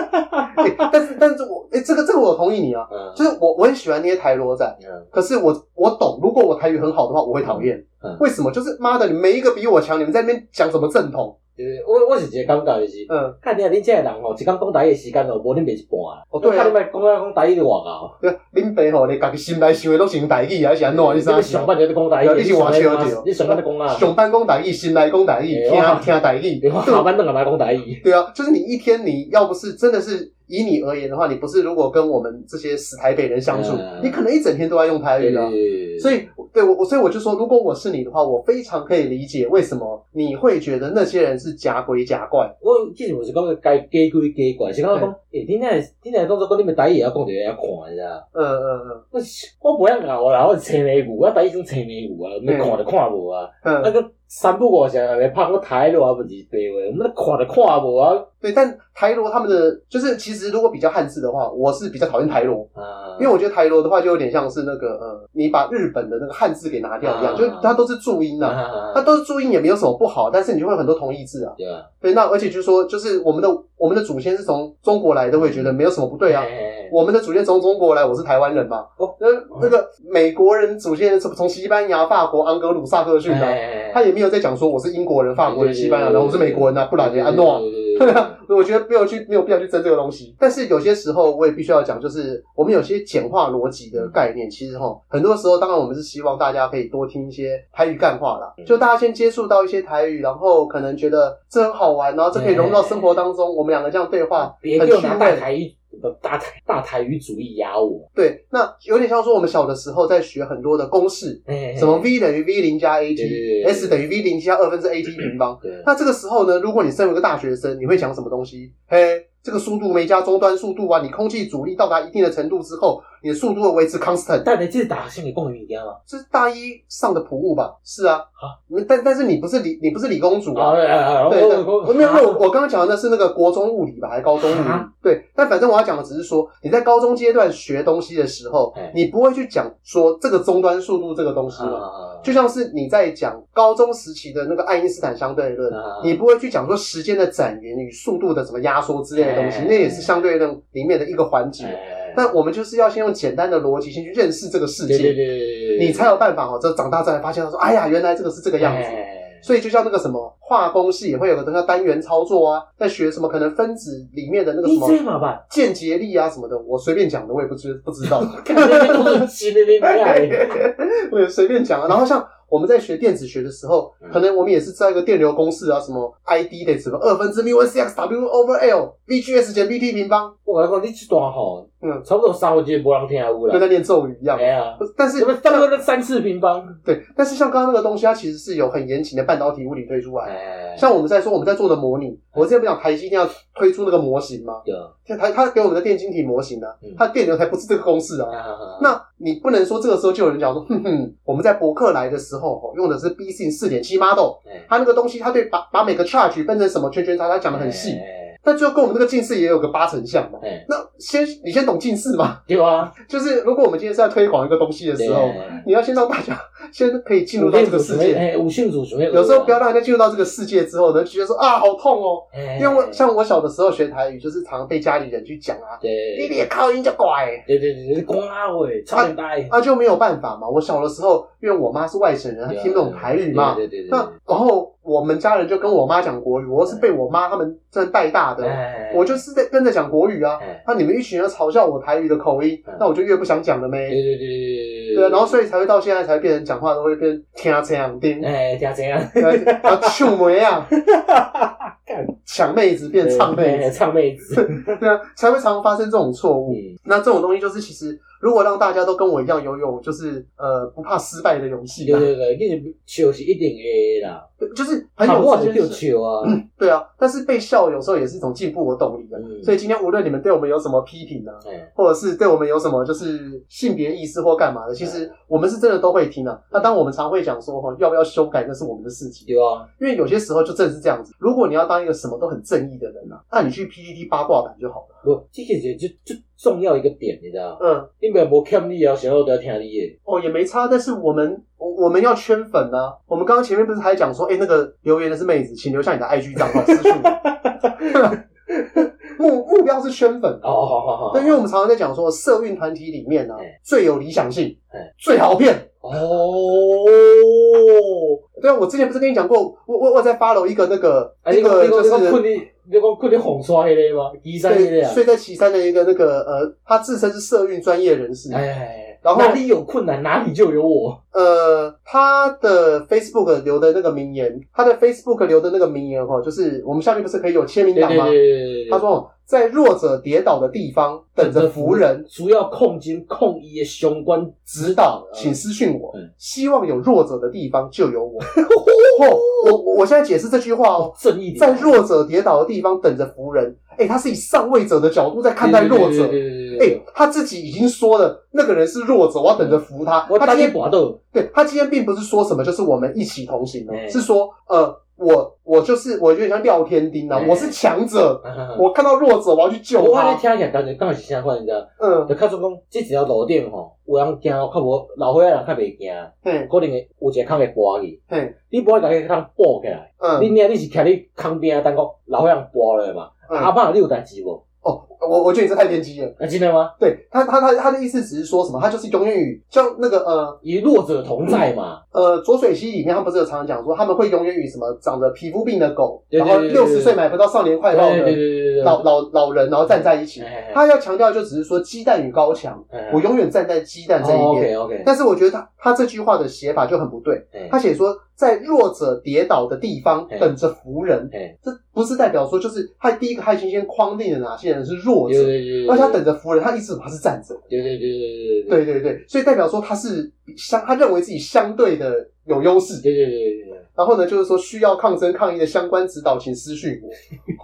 欸但是但是我哎、这个这个我同意你啊，
嗯
就是我我很喜欢那些台罗仔，
嗯
可是我我懂，如果我台语很好的话，我会讨厌。
嗯
为什么？就是妈的，你每一个比我强，你们在那边讲什么正统？
就是我我是一个感觉就是。
嗯，
看你啊，恁这个人哦，一工讲台语的时间哦，无恁袂一半。
哦对啊
看你莫讲啊讲台语就外高。
对，恁爸吼，你家己心内想的都是用台语，还是安怎？你
哎你
啥？
上班就在讲台语，
你是外
你
笑
上班
着，
你上班就讲啊，
上班讲台语，心内讲台语，
对
听
哎我
听台 语。
对我下班都干嘛讲啊 台语？
对啊，就是你一天你要不是真的是以你而言的话，你不是如果跟我们这些死台北人相处，
嗯
你可能一整天都在用台语啊。
对
所以，对我，我所以我就说，如果我是你的话，我非常可以理解为什么你会觉得那些人是假鬼假怪。
我之前我是讲该假鬼假怪，是讲讲，诶，恁那恁那当作讲你们台语也要讲着会晓看，你知道？
嗯嗯
我是我不晓咬啦，我是青眉牛，我台语种青眉牛啊，你看就看无啊。
嗯
那
嗯，
个三不五时来拍我台落啊，不是白话，我们看就看无啊。
对。但台罗他们的就是，其实如果比较汉字的话，我是比较讨厌台罗，
啊，
因为我觉得台罗的话就有点像是那个呃，你把日本的那个汉字给拿掉一样，
啊
就是它都是注音呐、啊。
啊
它都是注音也没有什么不好，但是你就会有很多同义字啊。
对啊，
对，那而且就是说，就是我们的我们的祖先是从中国来的，我也觉得没有什么不对啊。
嘿嘿嘿
我们的祖先从中国来，我是台湾人嘛。
嗯哦
那那个美国人祖先是从西班牙、法国、昂格鲁萨克逊的、
哎
他也没有在讲说我是英国人、法国人、西班牙人，我是美国人啊，不然你安诺。
对对对对对
所以我觉得没有去没有必要去争这个东西。但是有些时候我也必须要讲，就是我们有些简化逻辑的概念，其实哈，很多时候当然我们是希望大家可以多听一些台语干话
嗯
啦，就大家先接触到一些台语，然后可能觉得这很好玩，然后这可以融入到生活当中，我们两个这样对话
嗯别
很
给我
趣
拿大
味。
台语不大台大台语主义压我。
对，那有点像说我们小的时候在学很多的公式，什
什
么 v 等于 v 零加
嗯对对
at
对
s 等于 v 零加二分之 at 平方。
对，
那这个时候呢，如果你身为一个大学生，你会讲什么东西？嘿，这个速度没加终端速度啊，你空气阻力到达一定的程度之后，你的速度会维持 constant。
但你这是打心里共鸣一样吗？
这是大一上的普物吧？是啊，你但但是你不是李，你不是李公主啊。
啊，啊
对对，
我
没有没有，我刚刚讲的那是那个国中物理吧，还是高中物理
啊？
对，但反正我要讲的只是说，你在高中阶段学东西的时候
哎，
你不会去讲说这个终端速度这个东西嘛？
啊，
就像是你在讲高中时期的那个爱因斯坦相对论，
啊
你不会去讲说时间的展延与速度的什么压缩之类的东西，
哎
那也是相对论里面的一个环节。
哎
但我们就是要先用简单的逻辑先去认识这个世
对对
界，
对对对，对
你才有办法哦。这长大之后才发现，他说：“哎呀，原来这个是这个样子。”
哎
所以就像那个什么化工系也会有个东西叫单元操作啊，在学什么可能分子里面的那个什
你这
么
嘛吧，
键结力啊什么的，我随便讲的，我也不知不知 道。
看那边都是鸡那边哎，
我也随便讲啊。然后像我们在学电子学的时候，
嗯
可能我们也是知道一个电流公式啊，什么 I D 的什么二分之 mu n c x w over l v g s 减 v t 平方，
我跟你讲，你这段吼，
嗯
差不多三分之一没人听有
跟
啦，
在念咒语一样
哎。呀，
但是
什么三个三次平方，
对，但是像刚刚那个东西，它其实是有很严谨的半导体物理推出来。
哎，
像我们在说我们在做的模拟，我之前不讲台积电要推出那个模型吗？
对
它它它给我们的电晶体模型呢、啊
嗯，
它的电流才不是这个公式啊。
啊
那你不能说这个时候就有人讲说，哼哼，我们在伯克莱的时候哦用的是 B 信四点七 model，
哎
他那个东西，他对把把每个 charge 分成什么圈圈叉叉讲的很细，
哎
但最后跟我们那个近似也有个八成像嘛。
哎，
那先你先懂近似嘛，
对啊，
就是如果我们今天是在推广一个东西的时候，
对
你要先让大家先可以进入到这个世界。
哎，五性主学，
有时候不要让人家进入到这个世界之后呢，就觉得说啊，好痛哦。
哎，
因为我像我小的时候学台语，就是常常被家里人去讲啊，你
对
别靠音就拐，
对对对，公阿伟超大，
啊就没有办法嘛。我小的时候，因为我妈是外省人，她听不懂台语嘛，
啊对对对，
那然后我们家人就跟我妈讲国语，我是被我妈他们这样带大的，
哎，
我就是在跟着讲国语啊。
哎，
那你们一群人嘲笑我台语的口音
嗯，
那我就越不想讲了
对
呗。
对对对对
对啊，然后所
以
以才会到现在才变成讲话都会变天这样丁，
哎，这样这样，
然后啊秀模 样，
干
抢妹子变唱妹子，
哎唱妹 子，
对啊，才会常发生这种错误。
哎嗯，
那这种东西就是其实如果让大家都跟我一样拥有就是呃不怕失败的勇气
对
吧，
对对，你笑是一定会啦，
就是很
喊我
有
就
自
就
信。
笑啊，
对啊，但是被笑有时候也是一种进步和动力的。
嗯
所以今天无论你们对我们有什么批评啊，
哎，
或者是对我们有什么就是性别意识或干嘛的，其实我们是真的都会听的、啊。那当我们常会讲说哈，要不要修改那是我们的事情，
对啊，
因为有些时候就正是这样子。如果你要当一个什么都很正义的人啊，那你去 PPT 八卦版就好了。
不，这个就就就重要一个点，你知道吗？
嗯，
你袂无欠你啊，想要都要听你的，
哦也没差，但是我们我我们要圈粉啊。我们刚刚前面不是还讲说，哎、那个留言的是妹子，请留下你的 IG 账号私讯我。 目目标是圈粉啊
哦，好好好，
但因为我们常常在讲说，社运团体里面呢、
哎
最有理想性
哎，
最好骗。
哦，
对啊，我之前不是跟你讲过，我我我在 follow 一个那个
啊，
一
你讲
个
你
就
讲你讲困
是
你，你讲困你红刷迄个吗？岐山迄
对
个啊
睡，在岐山的一个那个呃，他自称是社运专业人士，
哎，
然后
哪里有困难哪里就有我，
呃，他的 Facebook 留的那个名言，他的 Facebook 留的那个名言哈，就是我们下面不是可以有签名
对对
档
对
吗？
对对，
他说，哦在弱者跌倒的地方等着扶人，
主要控金控伊的相关
指导，请私讯我
嗯。
希望有弱者的地方就有 我。哦、我我现在解释这句话哦，
正义
在弱者跌倒的地方等着扶人。哎、他是以上位者的角度在看待弱者。
对对对
哎、
对，
他自己已经说了，那个人是弱者，我要等着扶他。
我
他
大
今
你
天
搏斗，
对他今天并不是说什么，就是我们一起同行哦，
哎
是说呃，我我就是我有点像廖天丁啊，
哎
我是强者，
我
我看到弱者我要去救
我安
他
尼。听起来感觉敢是啥款，你知道？
嗯，
就较总讲，即一条路顶吼，有人行较无老岁仔人较袂行，
嘿，
可能会有一个空会跋去。
嘿，
你无甲迄空补起来，你
嗯，
你你是徛你空边等讲老岁仔人跋落来嘛？阿
嗯
爸，你有代志无？
哦，我我觉得你这太偏激了。
啊，真的吗？
对他，他他他的意思只是说什么，他就是永远与像那个呃
与弱者同在嘛。
呃，浊水溪里面，他不是有常常讲说，他们会永远与什么长着皮肤病的狗，
对
然
对
后
对对
六十岁买不到少年快
对
报
对对哎
的
对对
老老老人，然后站在一起。
对，
他要强调就只是说鸡蛋与高墙，
嗯
我永远站在鸡蛋这一边。
哦 OK OK，
但是我觉得他他这句话的写法就很不对，他写说在弱者跌倒的地方
哎
等着扶人，
哎，
这不是代表说就是他第一个他已经先框定了哪些人是弱
对对
者，
对，
而且他等着扶人，他一直他是站着的。
对对对对对
对对对，所以代表说他是相，他认为自己相对的有优势。
对对对对。
然后呢，就是说需要抗争抗议的相关指导，请私讯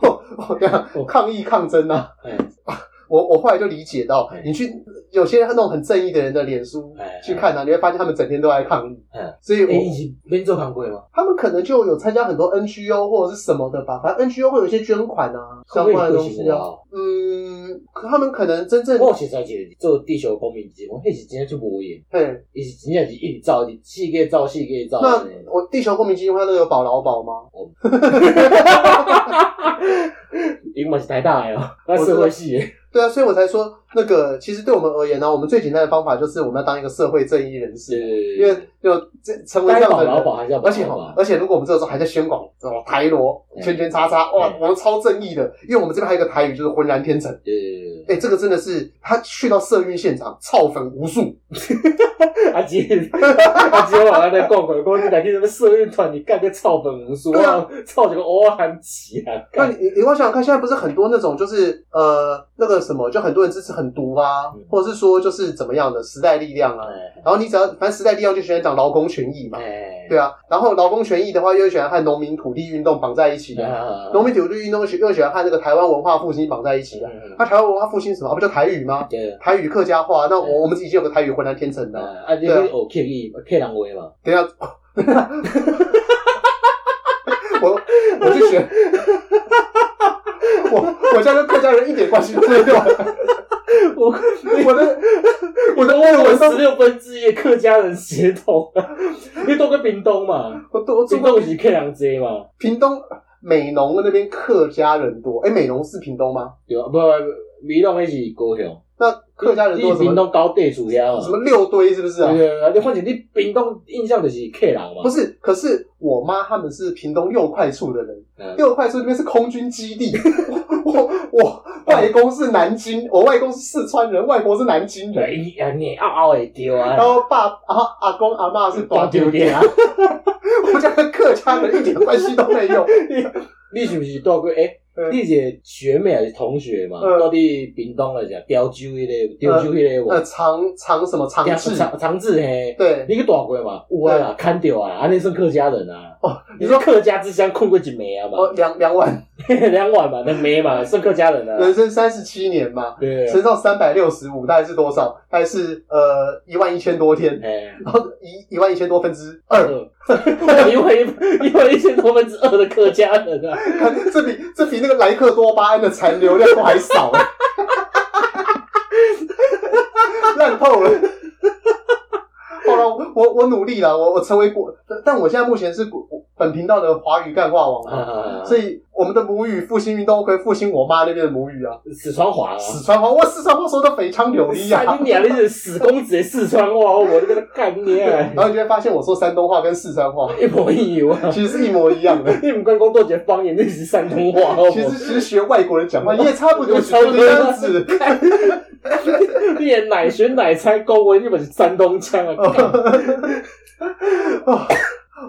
我。哦我跟你讲啊抗议抗争啊！
哦哎
我我后来就理解到
哎，
你去有些那种很正义的人的脸书
哎
去看啊，你会发现他们整天都在抗议。
哎，
所以我
哎，是免做工过吗？
他们可能就有参加很多 NGO 或者是什么的吧，反正 NGO 会有一些捐款啊，相
会不
关
会
的
有
东
哦贵
西
是
啊。
无？
嗯，可他们可能真正
我实在是做地球公民节目，迄是真正就无用，
对。
伊是真正是一直走，一四界走，四界走。
那我地球公民基金会那个有保劳保吗？
因嘛是台大的哦，那社会系的。
对啊，所以我才说那个，其实对我们而言呢、我们最简单的方法就是我们要当一个社会正义人
对
士，因
对对，
为就这成为这
该
样
保
的
劳
人。
保还是要保
而且
劳
哈
保，。
而且如果我们这个时候还在宣广什么台罗
嗯
圈圈叉叉，哇
嗯，
我们超正义的，因为我们这边还有一个台语就是浑然天成，
对对
哎、
对
这个真的是他去到社运现场，操粉无数，
嗯 对，阿杰阿杰，我安尼讲过，讲你来去什么社运团，你干个草本无数，
啊
我操一个偶尔含旗啊！
那你你你我想想看，现在不是很多那种就是呃那个什么，就很多人支持很毒啊
嗯，
或者是说就是怎么样的时代力量啊，然后你只要反正时代力量就喜欢讲劳工权益嘛，
哎，
对啊，然后劳工权益的话又喜欢和农民土地运动绑在一起的，
啊
农民土地运动又喜欢和那个台湾文化复兴绑在一起的。那台湾文化复兴什么？啊不就台语吗？
嗯对。
台语客家话，那我我们已经有个台语浑然天成的。
啊，啊，你
对啊
去学刻意客人话嘛？
等一下，我我就学， 我我家跟客家人一点关系都没有。
我
我的我的
我
论文
十
上，
六分之一的客家人血统啊， 因为都跟屏东嘛，
我都我
屏
中
东是客人街嘛，
屏东美浓那边客家人多，哎、美浓是屏东吗？
对啊，不不，屏东那是高雄，
那客家人
你
多
是
什
屏
么？
东高地主遐嘛
什，么六堆是不是啊？
对啊，你反正你屏东印象就是客人嘛，
不是，可是我妈他们是屏东六块处的人，
嗯
六块处那边是空军基地。 我我外公是南京，我外公是四川人，外婆是南京
对，
人，
伊啊你嗷嗷会丢啊
然，后爸阿阿公阿妈是大丢
店
爹，
啊，
我家跟客家人一点关系都 没有。
你是不是到过诶？
嗯
你一个学妹还是同学嘛？
嗯
到底屏东来讲，潮州迄个，潮州迄个
呃，
无？
长长什么长治？
长长治嘿，
对，
你去大过嘛？有啊啦，看到啊，安尼算客家人啊。
哦，
你说客家之乡困过一暝啊
哦
嘛？
两两碗，
两晚嘛，两暝嘛，算客家人
人
啊。
生三十七年嘛，
对，
乘上三百六十五，大概是多少？大概是呃一万一千多天，
哎，
然后一一万一千多分之二，
二，因为因为一千多分之二的客家人啊，
看这比这比那个莱克多巴胺的残留量都还少、 欸，烂透了。好了，我我我努力了，我我成为国，但我现在目前是国本频道的华语干话王啊，
啊
所以我们的母语复兴运动会复兴我妈那边的母语啊，
四川话啊。
四川话，我四川话说的非常流利啊。
干你娘！你是死公子的四川话，我这个干你啊
然！后你就会发现我说山东话跟四川话
一模一样啊！
其实是一模一 样的。
你唔管讲多一个方言，那是山东话，好
其实
不好？
其实学外国人讲话也差不多，
我
是
差不多
这样子。
你的奶选奶猜公文，你本是山东腔啊！干
哦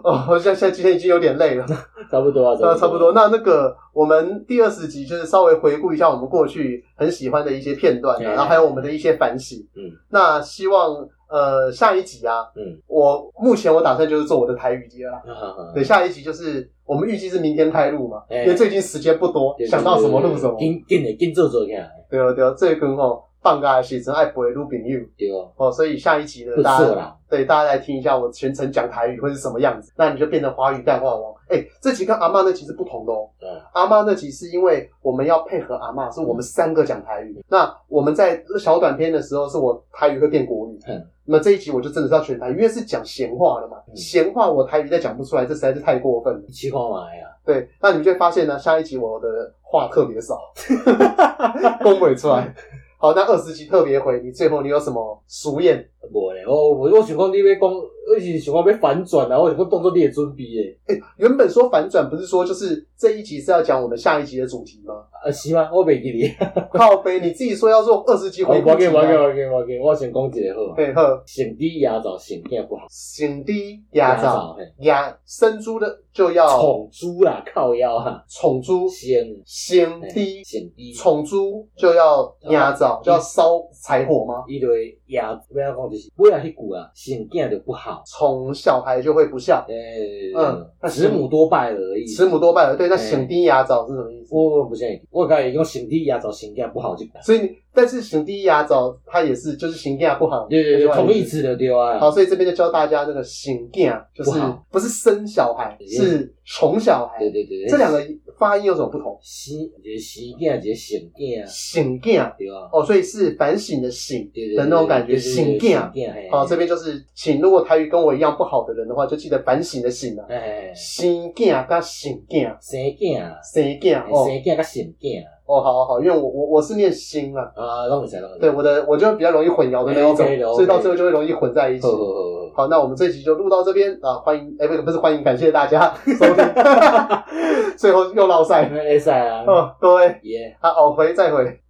哦，我现在现在今天已经有点累了，
差不多啊，
那差不多。。那那个我们第二十集就是稍微回顾一下我们过去很喜欢的一些片段、啊，
嗯
然后还有我们的一些反省。
嗯，
那希望呃下一集啊，
嗯，
我目前我打算就是做我的台语节啦。
啊
对，下一集就是我们预计是明天开录嘛，
哎
因为最近时间不多，想到什么录什么。
紧紧的紧做做起来，
对哦对哦，这跟哦放假的时阵爱陪录朋友
对哦，
哦，所以下一集呢
不，
大
错
家
啦，
对，大家来听一下我全程讲台语会是什么样子，那你就变成华语干话王。哎、这集跟阿妈那集是不同的哦。
嗯
阿妈那集是因为我们要配合阿妈，是我们三个讲台语。那我们在小短片的时候，是我台语会变国语。
嗯
那这一集我就真的是要全台语，因为是讲闲话了嘛。
嗯
闲话我台语再讲不出来，这实在是太过分了。
你试看卖 啊，
对，那你们就会发现呢，下一集我的话特别少，公不出来。好，那二十集特别回，你最后你有什么俗谚？
无咧，我我我想讲你要讲，我是想讲要反转啊，我想讲当做你的准备诶，
原本说反转不是说就是这一集是要讲我们下一集的主题吗？
啊是吗？我袂记 哩，
靠背，你自己说要做二十集
哦我
回
要
顾集
紧，我要紧，
啊。
我要紧，我要紧，我先讲一个好啊，
对呵，
成低压造，成囝不好，
醒低压榨
嘿，
压生猪的就要
宠猪啦，靠腰啊，
宠猪，
先
醒
嘿
低
先低。
宠猪就要压榨，就要烧柴火吗？
伊就会也要怎讲就是，尾啊迄句啊，生囝就不好，
宠小孩就会不孝，
诶、
嗯那
慈母多败儿而已。
慈母多败儿。对，那
嘿
醒低压榨是什么意思？
我我不信，我讲伊讲生弟也造生囝不好就，
所以你，但是醒低压榨它也是就是行价不好，
对对
另
对，
外一个
同义词就对啊。
好，所以这边就教大家那个醒囝，就是
不好
不是生小孩，
嗯
是宠小孩。
对对对，
这两个发音有什么不同？
生一个生囝，一个生囝，
醒囝
对啊。
哦，所以是反省的醒
对对
的那种感觉，醒
生
囝。
囝
好，这边就是，请如果台语跟我一样不好的人的话，就记得反省的醒啊，
哎，
醒囝跟醒囝，
生囝啦，
生囝
嘿
哦
生囝甲生囝啦，
哦，好好好，因为我我我是念心啊，
啊，拢会使拢会使。
对我的我就比较容易混淆的那一种
哎，OK 的
所以到
OK
最后就会容易混在一起
好。好好好。
好，那我们这集就录到这边啊，欢迎哎，不是不是欢迎，感谢大家收听，最后又落赛
会使啊，
哦，各位
耶。
啊，偶回再回。